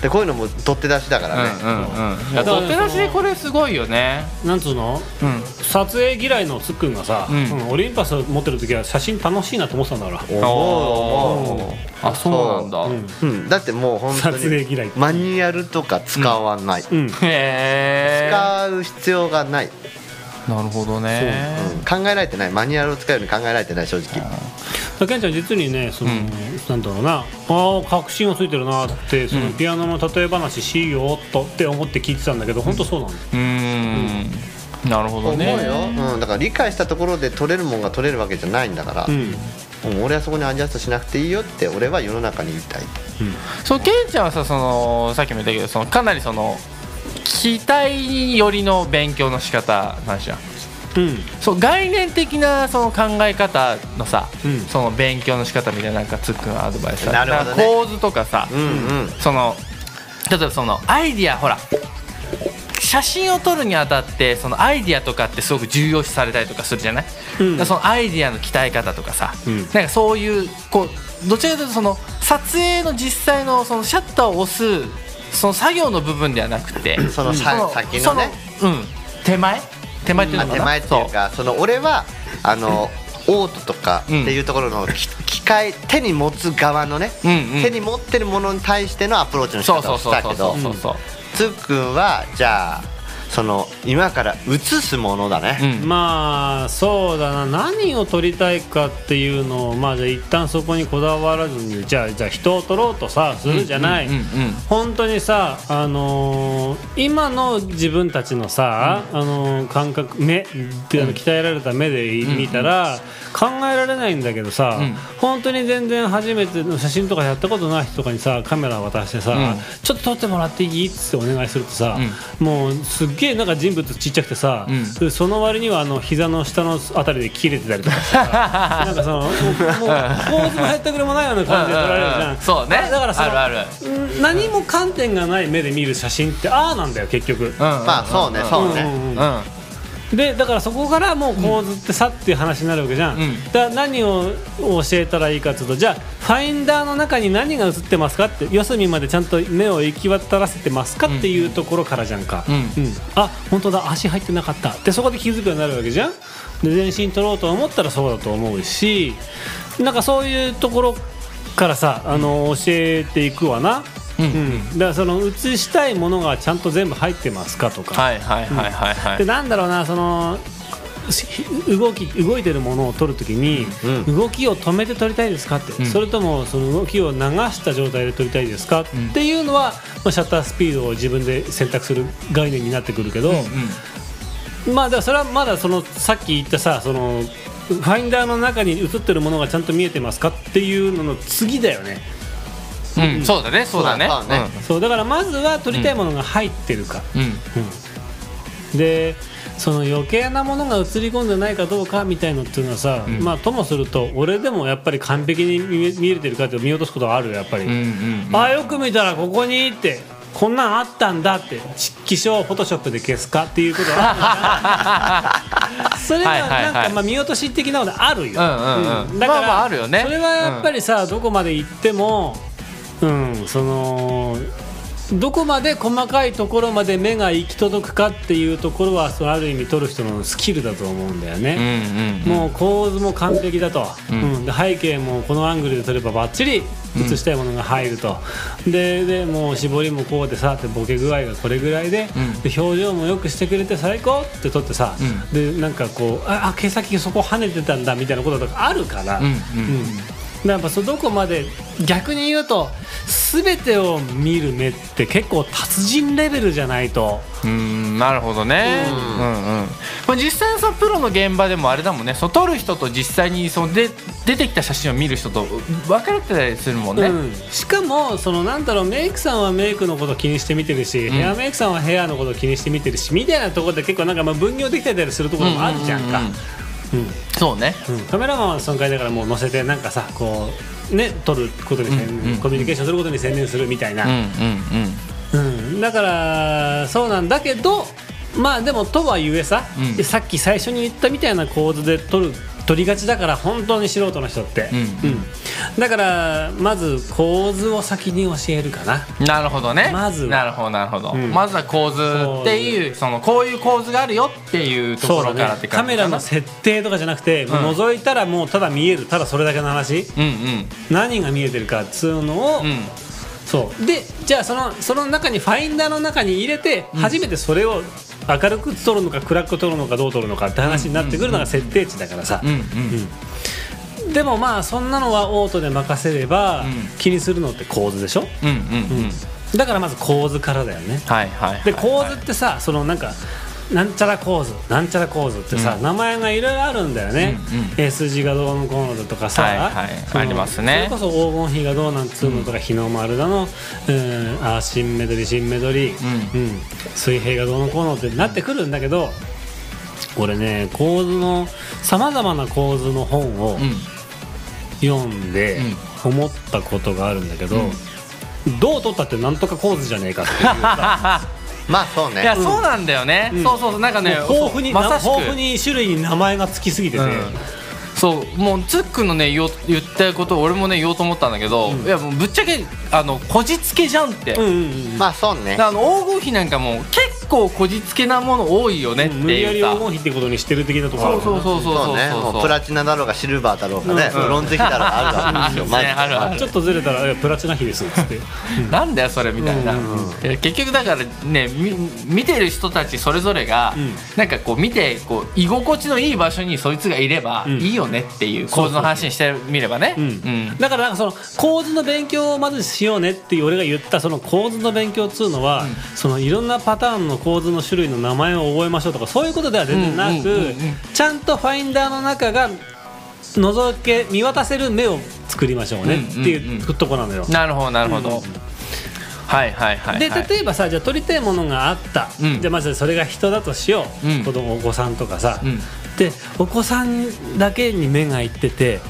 Speaker 3: でこういうのも取って出しだからね、
Speaker 2: うんうんうんいやとって出しこれすごいよね
Speaker 4: なんつうの
Speaker 2: うん
Speaker 4: 撮影嫌いのつっくんがさ、
Speaker 2: うん
Speaker 4: うんオリンパス持ってる時は写真楽しいなと思ってたんだから
Speaker 3: 思う思う
Speaker 2: あそうなんだ、
Speaker 4: うん
Speaker 3: うん、だってもう本当
Speaker 4: 撮影
Speaker 3: に
Speaker 4: 嫌い
Speaker 3: マニュアルとか使わない、
Speaker 4: うん
Speaker 2: へえ
Speaker 3: 使う必要がない、
Speaker 2: なるほどね
Speaker 3: うん考えられてないマニュアルを使うように考えられてない正直
Speaker 4: だけんちゃん実にねその、
Speaker 2: うん
Speaker 4: なんだろうなああ確信をついてるなってそのピアノの例え話しようとって思って聞いてたんだけど、本当そうなんだよ
Speaker 2: うーんなるほ
Speaker 3: 思
Speaker 2: ど
Speaker 3: う
Speaker 2: ね
Speaker 3: よ、うん、だから理解したところで取れるもんが取れるわけじゃないんだから、
Speaker 4: うん
Speaker 3: うん俺はそこにアジャストしなくていいよって俺は世の中に言いたい
Speaker 2: そのケンちゃんはさそのさっきも言ったけどそのかなりその期待よりの勉強の仕方なんじゃん
Speaker 4: うん
Speaker 2: そう概念的なその考え方のさ、
Speaker 4: うん
Speaker 2: その勉強の仕方みたいななんかつっくんアドバイスさ
Speaker 3: なるほどね
Speaker 2: んか構図とかさ、
Speaker 3: うんうん
Speaker 2: その例えばそのアイディアほら写真を撮るにあたってそのアイディアとかってすごく重要視されたりとかするじゃない、
Speaker 4: うん
Speaker 2: だからそのアイディアの鍛え方とかさ、
Speaker 4: うん
Speaker 2: なんかそういうこうどちらかというとその撮影の実際のそのシャッターを押すその作業の部分ではなくて
Speaker 3: そのさ先のね
Speaker 2: そのうん、手前手前っていう
Speaker 3: あ
Speaker 2: のかな
Speaker 3: 手前っていうかその俺はあのオートとかっていうところの、き機械手に持つ側のね、
Speaker 2: うんうん
Speaker 3: 手に持ってるものに対してのアプローチの仕
Speaker 2: そ
Speaker 3: 方
Speaker 2: う
Speaker 3: を
Speaker 2: そう
Speaker 3: し
Speaker 2: そう
Speaker 3: た
Speaker 2: そう
Speaker 3: け
Speaker 2: そ
Speaker 3: ど
Speaker 2: うそうそう
Speaker 3: つっくんはじゃあその今から映すものだね、
Speaker 2: うん
Speaker 4: まあそうだな何を撮りたいかっていうのをまあじゃあ一旦そこにこだわらずにじゃあじゃあ人を撮ろうとさするじゃない、
Speaker 2: うんうんうんうん
Speaker 4: 本当にさあのー今の自分たちのさ、あのー感覚目っていうの鍛えられた目で見たら、考えられないんだけどさ、
Speaker 2: うん
Speaker 4: 本当に全然初めての写真とかやったことない人とかにさカメラ渡してさ、
Speaker 2: ん
Speaker 4: ちょっと撮ってもらっていいっつってお願いするとさ、もうすっげえなんか人物ちっちゃくてさ、
Speaker 2: うん
Speaker 4: でその割にはあの膝の下のあたりで切れてたりとか さなんかそのもうもう構図も減ったくれもないような感じで撮られるじゃん、
Speaker 2: うんそうね
Speaker 4: あだからその
Speaker 2: あるある
Speaker 4: うん何も観点がない目で見る写真ってああなんだよ結局、
Speaker 3: ま
Speaker 2: ま
Speaker 3: あそうねそうね、
Speaker 4: うんうんうん
Speaker 2: うん
Speaker 4: でだからそこからもう構図ってさっていう話になるわけじゃん、
Speaker 2: うん
Speaker 4: だから何を教えたらいいかというとじゃあファインダーの中に何が映ってますかって四隅までちゃんと目を行き渡らせてますかっていうところからじゃんか、
Speaker 2: う
Speaker 4: うんあ本当だ足入ってなかったでそこで気づくようになるわけじゃんで全身取ろうと思ったらそうだと思うしなんかそういうところからさあの教えていくわな、
Speaker 2: うん
Speaker 4: だからその映したいものがちゃんと全部入ってますかとか、
Speaker 2: はいはいはいはいは
Speaker 4: で
Speaker 2: い
Speaker 4: なんだろうなそのし動き動いてるものを撮るときに、
Speaker 3: う
Speaker 4: 動きを止めて撮りたいですかって、
Speaker 2: ん
Speaker 4: それともその動きを流した状態で撮りたいですか、
Speaker 2: ん
Speaker 4: っていうのは、まあ、シャッタースピードを自分で選択する概念になってくるけど、まあだからそれはまだそのさっき言ったさそのファインダーの中に映ってるものがちゃんと見えてますかっていうのの次だよね。
Speaker 2: うん、うん、そうだねそうだね
Speaker 3: そうだね
Speaker 4: そうだからまずは撮りたいものが入ってるか、
Speaker 2: うん、うん
Speaker 4: うんでその余計なものが映り込んでないかどうかみたいのっていうのはさ、
Speaker 2: ん
Speaker 4: まあともすると俺でもやっぱり完璧に見え見えてるかって見落とすことはあるよやっぱり、
Speaker 2: うんうん
Speaker 4: あよく見たらここにってこんなんあったんだって気象フォトショップで消すかっていうことはあるよ なそれが
Speaker 2: はいはいは
Speaker 4: ないんかまあ見落とし的なのであるよ、
Speaker 2: うんうんうん
Speaker 4: だから、
Speaker 2: まあまああるよね
Speaker 4: それはやっぱりさ、どこまで行ってもうんそのどこまで細かいところまで目が行き届くかっていうところはそのある意味撮る人のスキルだと思うんだよ
Speaker 2: うんう
Speaker 4: ね、
Speaker 2: んうん
Speaker 4: もう構図も完璧だと、
Speaker 2: ん
Speaker 4: うんで背景もこのアングルで撮ればばっちり映したいものが入ると、ででもう絞りもこうでさってボケ具合がこれぐらいで,、
Speaker 2: うん
Speaker 4: で表情もよくしてくれて最高って撮ってさ、でなんかこうああ毛先そこ跳ねてたんだみたいなこととかあるから、
Speaker 2: うんうん
Speaker 4: うんだからやっぱそうどこまで逆に言うと全てを見る目って結構達人レベルじゃないと。
Speaker 2: うーんなるほどねうんうんまあ実際のそのプロの現場でもあれだもんねその撮る人と実際にそので出てきた写真を見る人と分かれてたりするもんね、
Speaker 4: うん、しかもそのなんだろうメイクさんはメイクのこと気にして見てるし、ヘアメイクさんはヘアのこと気にして見てるしみたいなところで結構なんかまあ分業できたりするところもあるじゃんか、
Speaker 2: う
Speaker 4: うんん
Speaker 2: うんそうね
Speaker 4: カメラマンはその回だからもう乗せてなんかさこうね撮ることに専念、
Speaker 2: うんうん
Speaker 4: コミュニケーションすることに専念するみたいな、
Speaker 2: うんうんうん
Speaker 4: うん、だからそうなんだけどまあでもとはいえさ、
Speaker 2: うん
Speaker 4: さっき最初に言ったみたいな構図で撮る撮りがちだから本当に素人の人って、
Speaker 2: うん
Speaker 4: だからまず構図を先に教えるかな
Speaker 2: なるほどね
Speaker 4: まずは
Speaker 2: なるほどなるほど、
Speaker 4: ん
Speaker 2: まずは構図っていうそのこういう構図があるよっていうところからって
Speaker 4: カ
Speaker 2: 感
Speaker 4: メ
Speaker 2: じ
Speaker 4: ラ
Speaker 2: かな
Speaker 4: の設定とかじゃなくて、覗いたらもうただ見えるただそれだけの話
Speaker 2: うん
Speaker 4: 何が見えてるかっつうのを、
Speaker 2: うんうん
Speaker 4: そうでじゃあそのその中にファインダーの中に入れて初めてそれを明るく撮るのか暗く撮るのかどう撮るのかって話になってくるのが設定値だからさ、
Speaker 2: うん
Speaker 4: でもまあそんなのはオートで任せれば
Speaker 2: ん
Speaker 4: 気にするのって構図でしょ、
Speaker 2: うんうんうんうん
Speaker 4: だからまず構図からだよね
Speaker 2: はいはいはい
Speaker 4: で構図ってさそのなんかなんちゃら構図なんちゃら構図ってさ、名前がいろいろあるんだよね、え筋がどうのこうのだとかさ、
Speaker 2: はいはい
Speaker 4: その
Speaker 2: ありますね
Speaker 4: それこそ黄金比がどうなんつうのとか、日の丸だの、うん、あーシンメトリーシンメトリー、うん水平がどうのこうのってなってくるんだけど俺ね構図のさまざまな構図の本を
Speaker 2: うん
Speaker 4: 読んで思ったことがあるんだけど、どう撮ったってなんとか構図じゃねえかっていうさ
Speaker 3: まあそう
Speaker 2: いや
Speaker 3: ね
Speaker 2: そうなんだよね、
Speaker 4: ん
Speaker 2: そうそうそうなんかね
Speaker 4: もう豊富に、
Speaker 2: そうまさしく
Speaker 4: 豊富に種類に名前がつきすぎてて、
Speaker 2: そうもうつっくんのね言おう言ったことを俺もね言おうと思ったんだけど、いやもうぶっちゃけあのこじつけじゃんって、
Speaker 4: うんうんうん
Speaker 3: まあそうね
Speaker 2: あの黄金比なんかも結構こじつけなもの多いよねって
Speaker 4: 無理や
Speaker 2: い
Speaker 4: り
Speaker 2: うさ、
Speaker 4: 黄金比ってことにしてる的なところあ
Speaker 2: そ
Speaker 4: る
Speaker 2: うそうそうそうそう
Speaker 3: そうね
Speaker 2: そう
Speaker 3: もうプラチナだろうがシルバーだろうがねブロンズ比だろうがあるわけですよ
Speaker 2: うん
Speaker 3: マジ
Speaker 2: ね
Speaker 3: で
Speaker 2: あるある
Speaker 4: ちょっとずれたらえプラチナ比ですっつって
Speaker 2: なんだよそれみたいな、
Speaker 4: うんうん
Speaker 2: いや結局だからねみ見てる人たちそれぞれが、
Speaker 4: ん
Speaker 2: なんかこう見てこう居心地のいい場所にそいつがいれば
Speaker 4: ん
Speaker 2: いいよねっていう構図の話にしてみればね、
Speaker 4: うん
Speaker 2: うん
Speaker 4: だからなんかその構図の勉強をまずしようねっていう俺が言ったその構図の勉強っつうのは、そのいろんなパターンの構図の種類の名前を覚えましょうとかそういうことでは全然なく、
Speaker 2: うんうんうんうん
Speaker 4: ちゃんとファインダーの中が覗け見渡せる目を作りましょうねっていうとこなのよ。
Speaker 2: なるほどなるほど、
Speaker 4: うん
Speaker 2: はいはいはい、はい、
Speaker 4: で例えばさじゃあ撮りたいものがあった、
Speaker 2: うん
Speaker 4: じゃあまずそれが人だとしよう、
Speaker 2: うん
Speaker 4: 子供お子さんとかさ、
Speaker 2: うん
Speaker 4: でお子さんだけに目がいってて、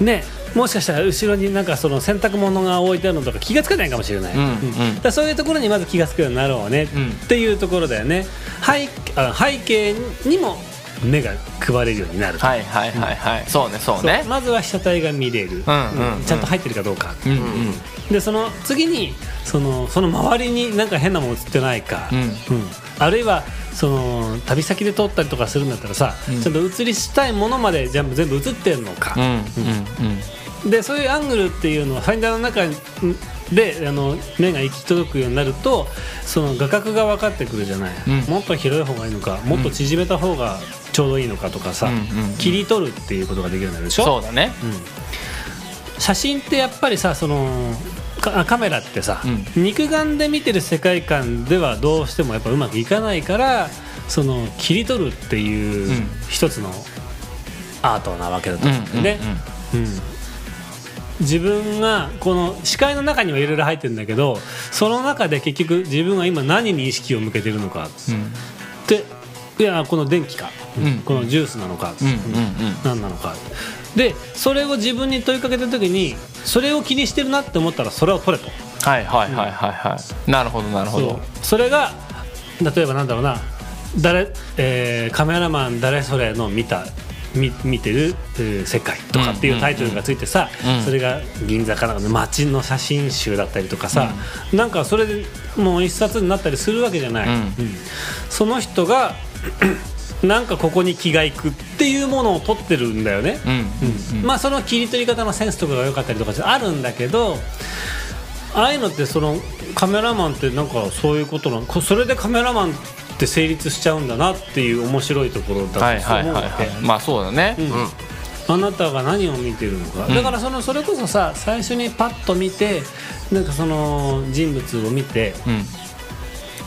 Speaker 4: ねもしかしたら後ろになんかその洗濯物が置いてあるのとか気がつかないかもしれない、
Speaker 2: うん
Speaker 4: うん
Speaker 2: うん
Speaker 4: だからそういうところにまず気がつくようになろうね、
Speaker 2: うん
Speaker 4: っていうところだよね背あ背景にも目が配れるようになる、
Speaker 2: はいはいはいはい、そうねそう
Speaker 4: そう
Speaker 2: ね
Speaker 4: まずは被写体が見れる、
Speaker 2: うんうんうん
Speaker 4: ちゃんと入ってるかどうか、
Speaker 2: うんうん
Speaker 4: でその次にそのその周りになんか変なもの映ってないか、
Speaker 2: う
Speaker 4: うんあるいはその旅先で撮ったりとかするんだったらさ、
Speaker 2: うん
Speaker 4: ちゃんと映りしたいものまで全部全部映ってるのか
Speaker 2: うんう、んうん
Speaker 4: でそういうアングルっていうのはファインダーの中であの目が行き届くようになるとその画角が分かってくるじゃない、
Speaker 2: うん
Speaker 4: もっと広い方がいいのかもっと縮めた方がちょうどいいのかとかさ、
Speaker 2: うんうんうん
Speaker 4: 切り取るっていうことができるようになるでしょ
Speaker 2: そうだね
Speaker 4: 写真ってやっぱりさそのかカメラってさ、
Speaker 2: う
Speaker 4: 肉眼で見てる世界観ではどうしてもやっぱうまくいかないからその切り取るっていううん一つのアートなわけだと
Speaker 2: うんう
Speaker 4: 思
Speaker 2: ん
Speaker 4: うんだ
Speaker 2: う
Speaker 4: よ
Speaker 2: ん
Speaker 4: ね。うん自分がこの視界の中にはいろいろ入ってるんだけどその中で結局自分は今何に意識を向けてるのかっ
Speaker 2: うん
Speaker 4: ていやこの電気か、
Speaker 2: うん
Speaker 4: このジュースなのか、
Speaker 2: うんうんうん
Speaker 4: 何なのかでそれを自分に問いかけた時にそれを気にしてるなって思ったらそれを取れと
Speaker 2: はいはいはいはいはいなるほどなるほ
Speaker 4: そ
Speaker 2: ど
Speaker 4: うそれが例えばなんだろうな誰、えーカメラマン誰それの見た見見てる、えー世界」とかっていうタイトルがついてさ、
Speaker 2: うん
Speaker 4: それが銀座からの街の写真集だったりとかさ、なんかそれでもう一冊になったりするわけじゃない、
Speaker 2: うん
Speaker 4: うんその人が なんかここに気がいくっていうものを撮ってるんだよね。
Speaker 2: うんうん
Speaker 4: まあその切り取り方のセンスとかが良かったりとかあるんだけどああいうのってそのカメラマンってなんかそういうことなのこそれでカメラマンって成立しちゃうんだなっていう面白いところだと
Speaker 2: はいはい
Speaker 4: 思
Speaker 2: は
Speaker 4: う
Speaker 2: い
Speaker 4: わ
Speaker 2: はい
Speaker 4: け
Speaker 2: まあそうだね
Speaker 4: うんあなたが何を見てるのか、
Speaker 2: うん
Speaker 4: だからそのそれこそさ最初にパッと見てなんかその人物を見て
Speaker 2: うん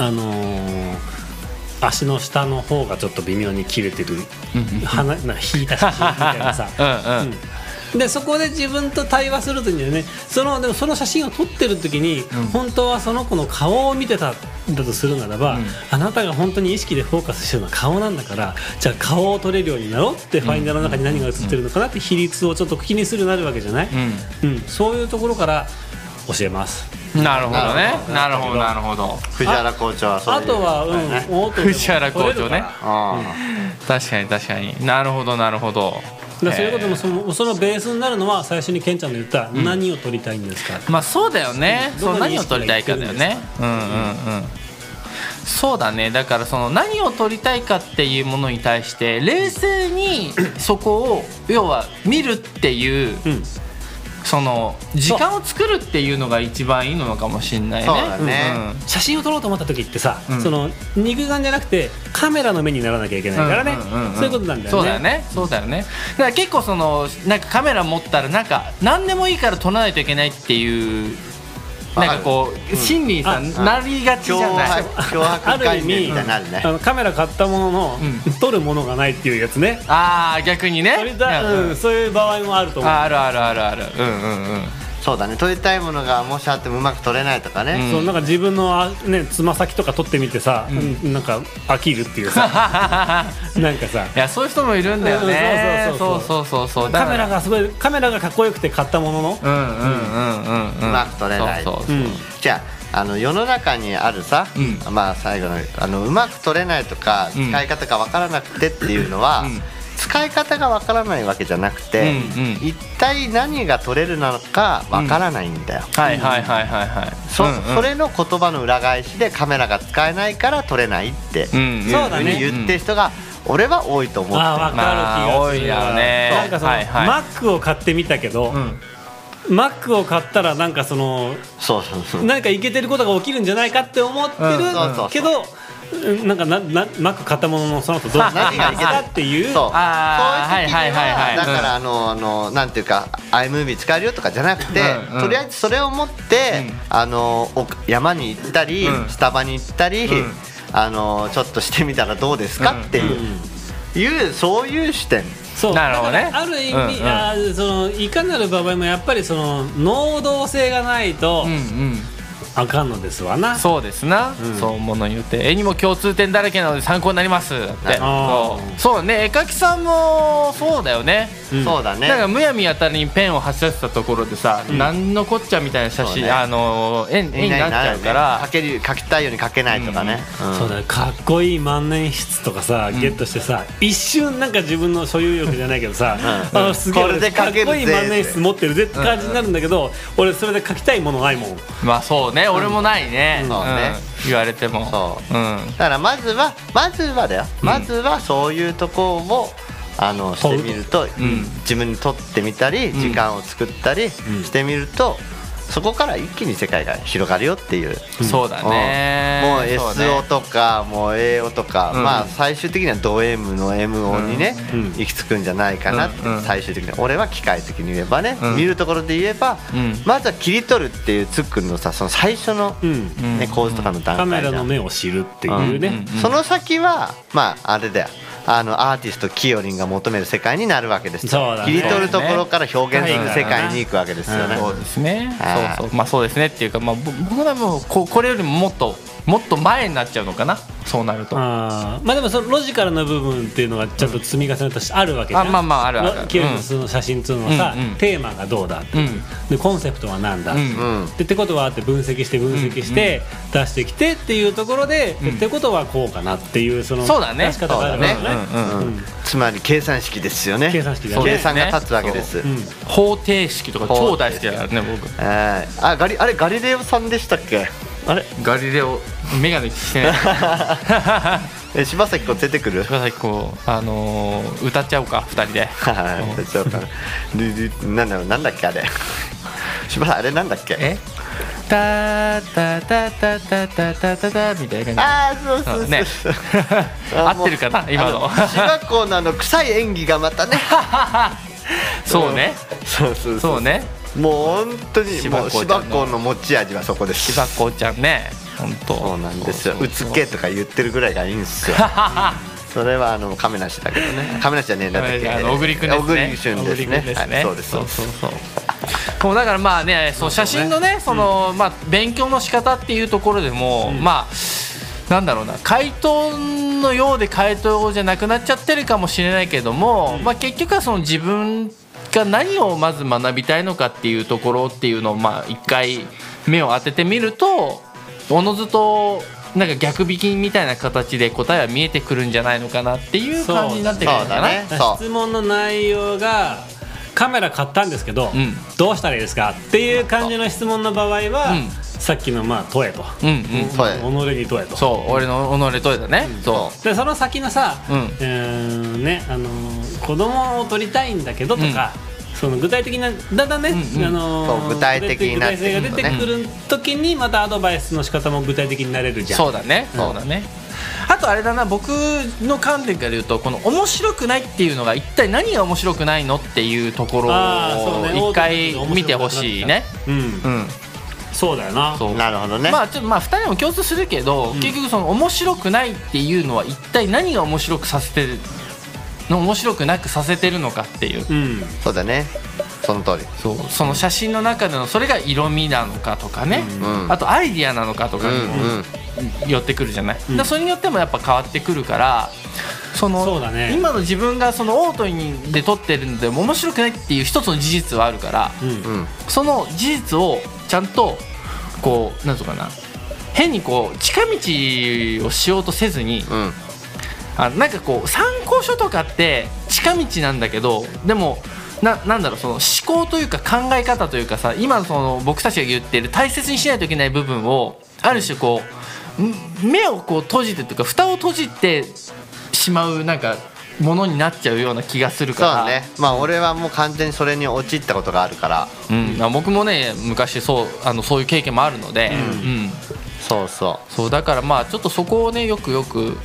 Speaker 4: あのー足の下の方がちょっと微妙に切れてる、鼻な引いた写真みたいなさ
Speaker 2: うんうん
Speaker 4: でそこで自分と対話するというんだよねそのでもその写真を撮ってる時に、本当はその子の顔を見てたんだとするならば、あなたが本当に意識でフォーカスしてるのは顔なんだからじゃあ顔を撮れるようになろうってファインダーの中に何が映ってるのかなって比率をちょっと気にするようになるわけじゃない、うんそういうところから教えます。
Speaker 2: うんなるほどね
Speaker 3: な
Speaker 2: なるほどなるほど
Speaker 3: 藤原校長はそうい
Speaker 4: あ
Speaker 3: う
Speaker 4: とは、うん、
Speaker 3: い
Speaker 4: オートでも撮れるから
Speaker 2: 藤原校長ね
Speaker 3: あ
Speaker 2: 確かに確かになるほどなるほど
Speaker 4: だからそういうこと
Speaker 2: へ
Speaker 4: も
Speaker 2: ー
Speaker 4: そのそのベースになるのは最初にケンちゃんの言った、何を撮りたいんですか
Speaker 2: まあそうだよね、
Speaker 4: うん
Speaker 2: その
Speaker 4: どこに
Speaker 2: 何を撮りたいかだよねうんうんうんそうだねだからその何を撮りたいかっていうものに対して冷静にそこを要は見るっていう、
Speaker 4: うん
Speaker 2: その時間を作るっていうのが一番いいのかもしれないね
Speaker 3: そうだね
Speaker 4: 写真を撮ろうと思った時ってさ、
Speaker 2: うん
Speaker 4: その肉眼じゃなくてカメラの目にならなきゃいけないからね、
Speaker 2: んんんん
Speaker 4: そういうことなんだよね
Speaker 2: そうだよねそうだよねだから結構そのなんかカメラ持ったらなんか何でもいいから撮らないといけないっていうなんかこう心理にさ
Speaker 3: あ
Speaker 2: なりがち
Speaker 3: ー
Speaker 2: じゃない
Speaker 3: 脅迫脅
Speaker 4: あ
Speaker 3: 迫
Speaker 4: る意
Speaker 3: 概念
Speaker 4: 味、
Speaker 3: みたいになるね
Speaker 4: あのカメラ買ったものの、
Speaker 2: うん
Speaker 4: 撮るものがないっていうやつね
Speaker 2: ああ逆にね
Speaker 4: 撮りた
Speaker 2: うん
Speaker 4: うんそういう場合もあると思う
Speaker 2: ああるあるあるあるうんうん うん
Speaker 3: そうだね撮りたいものがもしあってもうまく撮れないとかね、
Speaker 4: そのなんか自分のあねつま先とか撮ってみてさ、うんなんか飽きるっていうさなんかさ
Speaker 2: いやそういう人もいるんだよね
Speaker 4: うん
Speaker 2: そ
Speaker 4: そうう
Speaker 2: そうそうそうだ
Speaker 4: カ
Speaker 2: か
Speaker 4: メラ
Speaker 2: ら
Speaker 4: がすごいカメラがかっこよくて買ったものの、
Speaker 2: うんうんうんうんうん
Speaker 3: うまく撮れない
Speaker 2: そうそうそう
Speaker 4: うん
Speaker 3: じゃああの世の中にあるさ、
Speaker 2: う
Speaker 3: まあ最後のあのうまく撮れないとか、
Speaker 2: うん
Speaker 3: 使い方が分からなくてっていうのは、
Speaker 2: うん
Speaker 3: 使い方が分からないわけじゃなくて、
Speaker 2: うんうん
Speaker 3: 一体何が撮れるのか分からないんだよ、
Speaker 2: はいはいはいはいはい
Speaker 3: そ
Speaker 2: うんうん
Speaker 3: それの言葉の裏返しでカメラが使えないから撮れないって、
Speaker 2: うん
Speaker 3: いううん
Speaker 4: そうだ
Speaker 3: ふうに
Speaker 4: ね
Speaker 3: 言ってる人が俺は多いと思ってる
Speaker 4: あーわかる気がする
Speaker 2: まあ多いだね
Speaker 4: なんかその、
Speaker 2: はいはい
Speaker 4: Mac を買ってみたけど、
Speaker 2: うん
Speaker 4: Mac を買ったらなんかその
Speaker 3: そうそうそう
Speaker 4: なんかいけてることが起きるんじゃないかって思ってる
Speaker 2: うん
Speaker 3: そうそう
Speaker 4: けど、うんなんかななマック買ったもののその後どうな
Speaker 3: 何がいけた
Speaker 4: ったっていう
Speaker 3: そう
Speaker 2: あー
Speaker 3: そういう時には,、
Speaker 2: はいはいはいはい
Speaker 3: だか
Speaker 2: うん
Speaker 3: らあのあのなんていうか iMovie 使えるよとかじゃなくて、
Speaker 2: うんうん
Speaker 3: とりあえずそれを持って、
Speaker 2: うん
Speaker 3: あのお山に行ったり、
Speaker 2: うん
Speaker 3: スタバに行ったり、
Speaker 2: うん
Speaker 3: あのちょっとしてみたらどうですかっていう,、いうそういう視点
Speaker 4: そう
Speaker 2: なるほどね
Speaker 4: だからある意味、
Speaker 2: うんうん
Speaker 4: あーそのいかなる場合もやっぱりその能動性がないと、
Speaker 2: うんうん
Speaker 4: あかんのですわな
Speaker 2: そうですな、そうもの言うて絵にも共通点だらけなので参考になりますだって
Speaker 4: あ
Speaker 2: そうそうね絵描きさんもそうだよね
Speaker 4: うん
Speaker 3: そうだ
Speaker 2: なんか
Speaker 3: ね
Speaker 2: むやみやたらにペンを走らせたところでさ、なんのこっちゃみたいな写
Speaker 3: そう
Speaker 2: 真、
Speaker 3: ね
Speaker 2: あの絵絵になっちゃうから
Speaker 3: 書ける書きたいように書けないとかね、うん
Speaker 4: そうだよかっこいい万年筆とかさ、ゲットしてさ一瞬なんか自分の所有欲じゃないけどさ、
Speaker 3: うん
Speaker 4: あすげえ
Speaker 3: これで
Speaker 4: か
Speaker 3: 書
Speaker 4: っ
Speaker 3: けるぜ
Speaker 4: こいい万年筆持ってるぜって感じになるんだけど、俺それで書きたいものないもん
Speaker 2: まあそうね俺もないね,、
Speaker 3: うんんそうね
Speaker 2: 言われても、
Speaker 3: そう
Speaker 2: ん、
Speaker 3: だからまずはまずはだよ、まずはそういうとこをあのしてみると、
Speaker 2: ん
Speaker 3: 自分にとってみたり、時間を作ったりしてみると、そこから一気に世界が広がるよっていう。
Speaker 2: そうだね、
Speaker 3: もう
Speaker 2: そうね
Speaker 3: SO とかもう AO とか、
Speaker 2: ん
Speaker 3: まあ最終的にはド M の MO にね、
Speaker 4: うん
Speaker 3: 行き着くんじゃないかなって、
Speaker 2: うんうん
Speaker 3: 最終的に俺は機械的に言えばね、
Speaker 2: うん
Speaker 3: 見るところで言えば、
Speaker 2: うん
Speaker 3: まずは切り取るっていうつっくんのさその最初の、
Speaker 4: うん
Speaker 3: ね
Speaker 2: うん
Speaker 3: 構図とかの段
Speaker 4: カ
Speaker 3: 階じ
Speaker 4: メ
Speaker 3: ゃん
Speaker 4: ラの目を知るっていうね、
Speaker 2: うんうん
Speaker 3: その先はまああれだよあのアーティストキヨリンが求める世界になるわけですよ
Speaker 4: そうだね
Speaker 3: 切り取るところから表現する世界に行くわけですよね、
Speaker 2: そうですね
Speaker 3: はい
Speaker 2: そうそうまあそうですねっていうか、まあ、ぼ僕はもうここれよりももっともっと前になっちゃうのかなそうなるとあ
Speaker 4: あーまあでもそのロジカルな部分っていうのがちゃんと積み重ねとしてあるわけじゃん、
Speaker 2: まあまああるある
Speaker 4: キュスの写真っていうのはさ、
Speaker 2: うんうん
Speaker 4: テーマがどうだって、
Speaker 2: うん
Speaker 4: でコンセプトは何だ、
Speaker 2: う
Speaker 3: うんん
Speaker 4: でってことはって分析して分析して出してきてっていうところで、
Speaker 2: うん
Speaker 4: ってことはこうかなっていうその
Speaker 2: そうだね
Speaker 4: 出し方がある
Speaker 3: そ
Speaker 4: か
Speaker 3: う
Speaker 4: ら
Speaker 3: だ
Speaker 4: ね
Speaker 2: うんうん
Speaker 3: うん
Speaker 4: うん
Speaker 3: つまり計算式ですよね
Speaker 4: 計算式だね
Speaker 3: 計算が立つわけです、
Speaker 4: うん
Speaker 2: 方程式とか超大好きだからね僕
Speaker 3: はいあガリあれガリレオさんでしたっけあれ
Speaker 2: ガリレオメガネしてない
Speaker 3: え柴咲コウ出てくる
Speaker 2: 柴咲こうあのー歌っちゃおうか二人で
Speaker 3: はいそうかルルなんだろうなんだっけあれ柴咲あれなんだっけ
Speaker 2: えタタタタタタタタタみたいな感じ
Speaker 3: ああそうそうそう
Speaker 2: ね合ってるかな今の
Speaker 3: 柴咲コウのあの臭い演技がまた ね
Speaker 2: そうね
Speaker 3: そうそうそう
Speaker 2: そうね
Speaker 3: もう本当にもう
Speaker 2: 芝公ち
Speaker 3: 芝
Speaker 2: ゃんの
Speaker 3: 公の持ち味はそこです
Speaker 2: 柴こうちゃんね本当
Speaker 3: そうなんですよ
Speaker 2: そうう
Speaker 3: つ
Speaker 2: そう
Speaker 3: けとか言ってるぐらいがいいんです よそれはあの亀梨だけどね亀梨じゃねえんだっけ
Speaker 2: あの小栗くんですね
Speaker 3: 小栗旬ですね
Speaker 2: 小栗くんですね
Speaker 3: はいそうです
Speaker 2: そ
Speaker 3: そう
Speaker 2: う
Speaker 3: です
Speaker 2: そうそうもうだからまあねそう写真のねそのまあ勉強の仕方っていうところでもまあなんだろうな回答のようで回答じゃなくなっちゃってるかもしれないけどもまあ結局はその自分が何をまず学びたいのかっていうところっていうのをまあ一回目を当ててみるとおのずとなんか逆引きみたいな形で答えは見えてくるんじゃないのかなっていう感じになってくるの
Speaker 3: そ
Speaker 2: か
Speaker 3: うだ
Speaker 2: な
Speaker 3: ね。
Speaker 4: 質問の内容がカメラ買ったんですけど、
Speaker 2: ん
Speaker 4: どうしたらいいですかっていう感じの質問の場合は、
Speaker 2: うん
Speaker 4: さっきのまあ問えと、
Speaker 2: うんうん
Speaker 3: そうや
Speaker 4: 己に問えと
Speaker 2: そう俺の己とだね、そ
Speaker 4: でその先のさ、
Speaker 2: うん
Speaker 4: えーねあのー子供を取りたいんだけどとか、その具体的なだんだんね、
Speaker 2: うんうん
Speaker 4: あのー
Speaker 3: そう具体的になっ
Speaker 4: 具体
Speaker 3: て
Speaker 4: 性が出てくる時にまたアドバイスの仕方も具体的になれる
Speaker 2: う
Speaker 4: じゃん
Speaker 2: そうだねそうだね、あとあれだな僕の観点から言うとこの面白くないっていうのが一体何が面白くないのっていうところ
Speaker 4: あーそうね
Speaker 2: を一回見てほしいね
Speaker 4: うん
Speaker 2: うん
Speaker 4: そうだよな
Speaker 2: そう
Speaker 3: なるほどね、
Speaker 2: まあちょっとまあ2人も共通するけど、結局その面白くないっていうのは一体何が面白くさせてるの面白くなくさせてるのかっていう
Speaker 4: うん
Speaker 3: そうだねその通り
Speaker 2: そうその写真の中でのそれが色味なのかとかね、
Speaker 3: うん
Speaker 2: あとアイディアなのかとか
Speaker 3: う
Speaker 2: に
Speaker 3: ん
Speaker 2: も
Speaker 3: うん
Speaker 2: 寄ってくるじゃない、だからそれによってもやっぱ変わってくるからその
Speaker 4: そうだね
Speaker 2: 今の自分がそのオートにで撮ってるので面白くないっていう一つの事実はあるから、
Speaker 4: うん
Speaker 3: うん
Speaker 2: その事実をちゃんとこうなんとかな変にこう近道をしようとせずに、
Speaker 3: うん
Speaker 2: あなんかこう参考書とかって近道なんだけどでもななんだろうその思考というか考え方というかさ今その僕たちが言ってる大切にしないといけない部分をある種こうん目をこう閉じてというか蓋を閉じてしまうなんかものになっちゃうような気がする
Speaker 3: そう
Speaker 2: から
Speaker 3: だねまあ俺はもう完全にそれに陥ったことがあるから
Speaker 2: うん、あ僕もね昔そうあのそういう経験もあるので、うん
Speaker 3: そうそ
Speaker 2: そうだからまあちょっとそこをねよくよく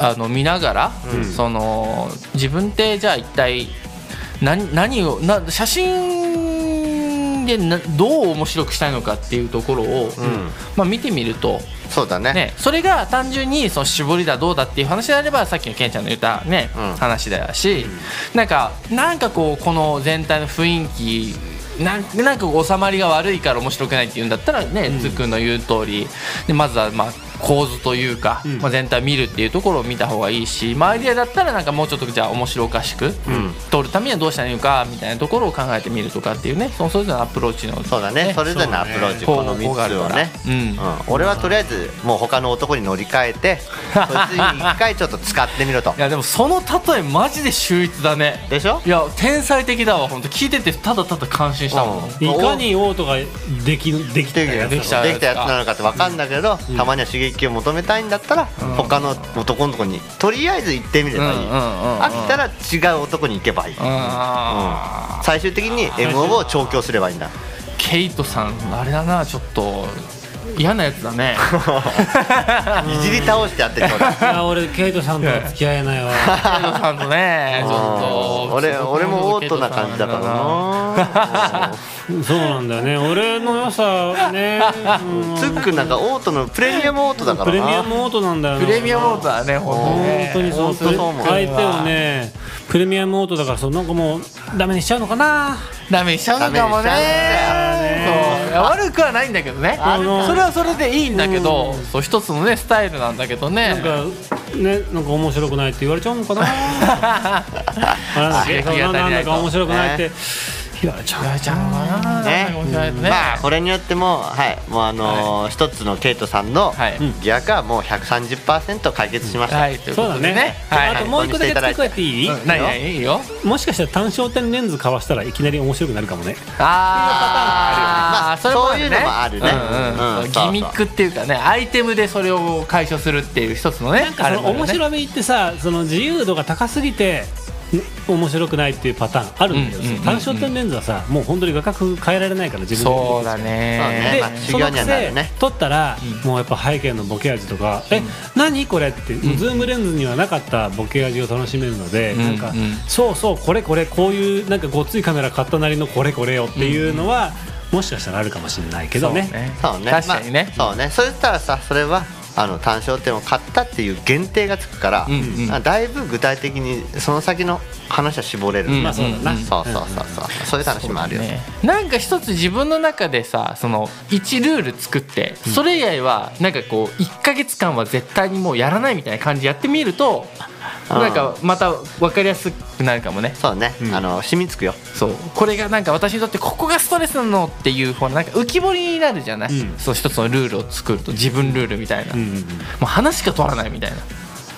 Speaker 2: あの見ながら、その自分ってじゃあ一体何何をな写真でなどう面白くしたいのかっていうところを、まあ、見てみると、
Speaker 3: うそうだね
Speaker 2: ね、それが単純にその絞りだどうだっていう話であればさっきのケンちゃんの言った、ね
Speaker 3: うん
Speaker 2: 話だし、なんかなんかこうこの全体の雰囲気なんなんか収まりが悪いから面白くないっていうんだったらね、つくんの言う通りでまずはまあ構図というか、
Speaker 4: ん
Speaker 2: まあ、全体を見るっていうところを見た方がいいし、まあ、アイデアだったらなんかもうちょっとじゃあ面白おかしく、撮るためにはどうしたらいいのかみたいなところを考えてみるとかっていうねそのそれぞれのアプローチの
Speaker 3: そうだねそれぞれのアプローチ
Speaker 2: そう
Speaker 3: こ
Speaker 2: ね
Speaker 3: の
Speaker 2: 方法が
Speaker 3: 3
Speaker 2: あ
Speaker 3: つ
Speaker 2: る
Speaker 3: を
Speaker 2: から
Speaker 3: ね、
Speaker 2: うん
Speaker 3: うん俺はとりあえずもう他の男に乗り換え てそいつに一回ちょっと使ってみろと
Speaker 2: いやでもその例えマジで秀逸だね
Speaker 3: でしょ
Speaker 2: いや天才的だわ本当聞いててただただ感心したもん、
Speaker 3: うん
Speaker 4: いかにオートができできたやつ
Speaker 3: で
Speaker 2: で
Speaker 3: き
Speaker 2: き
Speaker 3: た
Speaker 2: た
Speaker 3: や
Speaker 2: やつ
Speaker 3: つなのかって分かんだけど、たまには刺激を求めたいんだったら、他の男のとこにとりあえず行ってみればいい、
Speaker 2: うんうんうんうん
Speaker 3: 飽きたら違う男に行けばいい、
Speaker 2: あー
Speaker 3: 最終的に MO を調教すればいい んだ
Speaker 2: ケイトさんあれだなちょっと嫌なやつだね
Speaker 3: いじり倒してやってる
Speaker 4: いや俺ケイトさんとは付き合え ないわ
Speaker 2: ケイトさんとねちょっと
Speaker 3: 俺俺もオートな感じだからな
Speaker 4: そうなんだよね俺の良さは ね、うん
Speaker 3: ツックなんかオートのプレミアムオートだか
Speaker 4: プレ
Speaker 3: ら
Speaker 4: ミア
Speaker 3: な
Speaker 4: ムオートなんだよ
Speaker 2: プ
Speaker 4: ね
Speaker 2: レミアムオートだね本当にね
Speaker 4: 本当にそう
Speaker 3: 本当そう思う
Speaker 4: 相手をねプレミアムオートだからそのなんかもうダメにしちゃうのかな
Speaker 2: ダメにしちゃうのかもね
Speaker 3: ダメにしちゃうんだよ
Speaker 2: そういや悪くはないんだけどね
Speaker 4: あの
Speaker 2: それはそれでいいんだけどそう一つのねスタイルなんだけど
Speaker 4: なん
Speaker 2: ね
Speaker 4: かねなんか面白くないって言われちゃうの かなあ
Speaker 2: 刺激が足りないと
Speaker 4: なんだか面白くないって言われちゃう
Speaker 2: やっちゃうのかななん
Speaker 3: ね
Speaker 2: か面白いね
Speaker 3: まあこれによってもうはいもうあのー一つのケイトさんの
Speaker 2: はい
Speaker 3: 疑惑はもう130%解決しました、
Speaker 2: はいとい う
Speaker 4: そ
Speaker 2: こ
Speaker 4: うだ
Speaker 2: とで
Speaker 4: ね
Speaker 2: ねはい
Speaker 4: あともう一個だけ付け加えていい、
Speaker 2: うんないないいいよ
Speaker 4: もしかしたら単焦点レンズかわしたらいきなり面白くなるかもね
Speaker 2: あ
Speaker 3: っていうパターンもあるよねまあそういうのもあるね
Speaker 2: うんうん
Speaker 3: うん
Speaker 2: ギミックっていうかねアイテムでそれを解消するっていう一つのね
Speaker 4: なんかその面白みってさその自由度が高すぎてね面白くないっていうパターンあるんだけど
Speaker 2: うんうんうんう
Speaker 4: さ
Speaker 2: ん
Speaker 4: 単焦点レンズはさもう本当に画角変えられないから自分で
Speaker 2: そうだ
Speaker 3: そうね
Speaker 2: ね
Speaker 3: まあ
Speaker 4: で
Speaker 3: 修
Speaker 4: そ
Speaker 3: 行
Speaker 4: の
Speaker 3: にはな
Speaker 4: 癖
Speaker 3: るね
Speaker 4: 撮ったら、もうやっぱ背景のボケ味とか「え何これ?」って、ズームレンズにはなかったボケ味を楽しめるので、
Speaker 2: ん
Speaker 4: なんか、
Speaker 2: うん
Speaker 4: そうそうこれこれこういうなんかごっついカメラ買ったなりのこれこれよっていうのは、もしかしたらあるかもしれないけどね
Speaker 2: そう
Speaker 3: そ
Speaker 2: ね
Speaker 3: うね
Speaker 2: 確かにね
Speaker 3: まあそうねそれったらさそれはあの単焦点を買ったっていう限定がつくから、
Speaker 2: んうん
Speaker 3: あだいぶ具体的にその先の話は絞れる、
Speaker 2: うんまあ
Speaker 4: そうだな
Speaker 3: そうそうそうそう、そういう楽しみもあるよ、
Speaker 2: ねなんか一つ自分の中でさその1ルール作ってそれ以外はなんかこう1か月間は絶対にもうやらないみたいな感じでやってみると
Speaker 3: うん
Speaker 2: なんかまた分かりやすくなるかもね
Speaker 3: そうね、あの染みつくよ
Speaker 2: そうこれがなんか私にとってここがストレスなのっていうほらなんか浮き彫りになるじゃない、
Speaker 4: うん
Speaker 2: そう一つのルールを作ると自分ルールみたいな、
Speaker 4: うんう
Speaker 2: も
Speaker 4: んうん
Speaker 2: う花しか取らないみたいな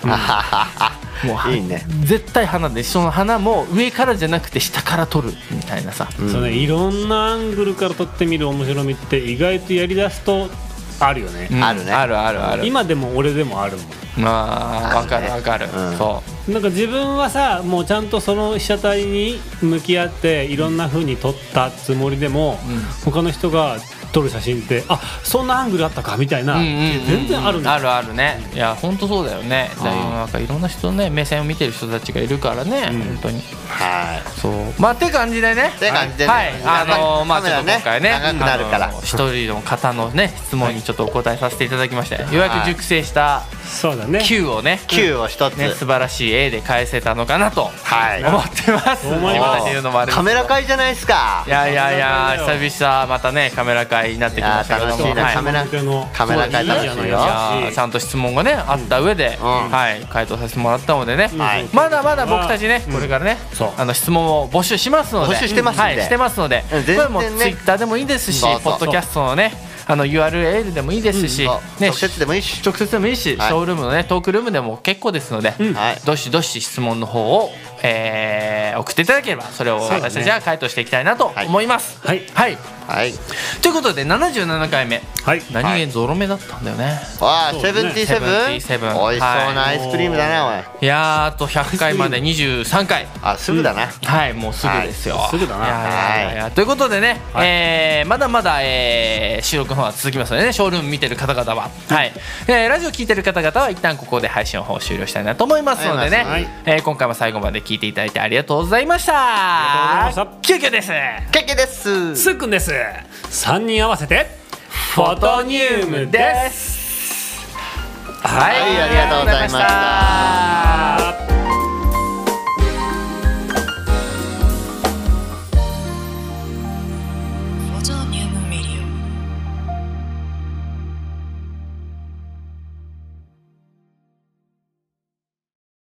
Speaker 3: あはは
Speaker 2: も
Speaker 3: は
Speaker 2: う
Speaker 3: いいね
Speaker 2: 絶対花でその花も上からじゃなくて下から取るみたいなさ、
Speaker 4: そうねいろんなアングルから撮ってみる面白みって意外とやりだすとあるよね、
Speaker 2: うん
Speaker 3: あるね
Speaker 2: あるあるある
Speaker 4: 今でも俺でもあるもん
Speaker 2: まあわか
Speaker 3: ある
Speaker 2: る
Speaker 3: ね
Speaker 2: わかる、
Speaker 3: うん
Speaker 2: そう
Speaker 4: なんか自分はさもうちゃんとその被写体に向き合っていろんな風に撮ったつもりでも、他の人が撮る写真ってあそんなアングルあったかみたいな、
Speaker 2: うんうんうんうん
Speaker 4: 全然あるんだ
Speaker 2: あるあるねいや本当そうだよねだからなんかいろんな人のね目線を見てる人たちがいるからね、本当に
Speaker 3: はい
Speaker 2: そうまあて感じでね
Speaker 3: て感じでね
Speaker 2: はいあのーまあ
Speaker 3: カメ
Speaker 2: ちょ
Speaker 3: ラ
Speaker 2: っと
Speaker 3: ね
Speaker 2: 今回ね
Speaker 3: 長くなるから
Speaker 2: あのー一人の方のね質問にちょっとお答えさせていただきましてようやく熟成した
Speaker 4: そうだね
Speaker 2: Q をね
Speaker 3: Q を一つ、
Speaker 2: ね素晴らしい A で返せたのかなと思
Speaker 3: はい
Speaker 2: ってます
Speaker 4: 思います
Speaker 2: 今言うのもあれです
Speaker 3: カメラ会じゃないですか
Speaker 2: いやいやいや
Speaker 4: カメラ
Speaker 2: 久々またねカメラ会になってきましたけども
Speaker 3: いや楽しいな
Speaker 2: はい
Speaker 3: カメラカメラ会楽しいよ
Speaker 4: そう
Speaker 2: いやーちゃんと質問がねあった上で、
Speaker 3: ん
Speaker 2: はい回答させてもらったのでね、
Speaker 3: はい
Speaker 2: まだまだ僕たちね、これからね
Speaker 4: そう
Speaker 2: あの質問を募集しますので
Speaker 3: 募集してますんで
Speaker 2: はい、してますので、
Speaker 3: うん全然ね
Speaker 2: これもツイッターでもいいですし、
Speaker 3: そうそう
Speaker 2: ポッドキャストのねあの URL でもいいですし、
Speaker 3: そう
Speaker 2: ね
Speaker 3: 直接でもいいし
Speaker 2: 直接でもいいし、
Speaker 3: はい
Speaker 2: ショールームのねトークルームでも結構ですので、
Speaker 3: はい
Speaker 2: どしどし質問の方を、えー送っていただければそれを
Speaker 4: そうだね
Speaker 2: 私たちが回答していきたいなと思います。
Speaker 4: はい
Speaker 2: はい、
Speaker 3: はい
Speaker 2: ということで77回目
Speaker 4: はい
Speaker 2: 何気にゾロ目だったんだよね。
Speaker 3: わあ
Speaker 4: そうね
Speaker 3: セブンティーセブン美味しそう
Speaker 2: 77
Speaker 3: なアイスクリームだな、おい
Speaker 2: いやーあと100回まで23回
Speaker 3: あすぐだな、
Speaker 2: はいもうすぐですよ、
Speaker 4: はいすぐだない
Speaker 2: やいやいやということでね、
Speaker 4: はい
Speaker 2: えーまだまだ、えー収録の方は続きますのでねショールーム見てる方々は、はいえーラジオ聞いてる方々は一旦ここで配信の方を終了したいなと思いますのでね、
Speaker 3: はい
Speaker 2: えー今回も最後まで聞いていただいてありがとうございました
Speaker 4: ありがとうございま
Speaker 2: 急遽です
Speaker 3: ケッケです
Speaker 4: すっくんです3人合わせてフォトニウムです
Speaker 2: すはい
Speaker 3: ありがとうございました
Speaker 2: ありがとうございました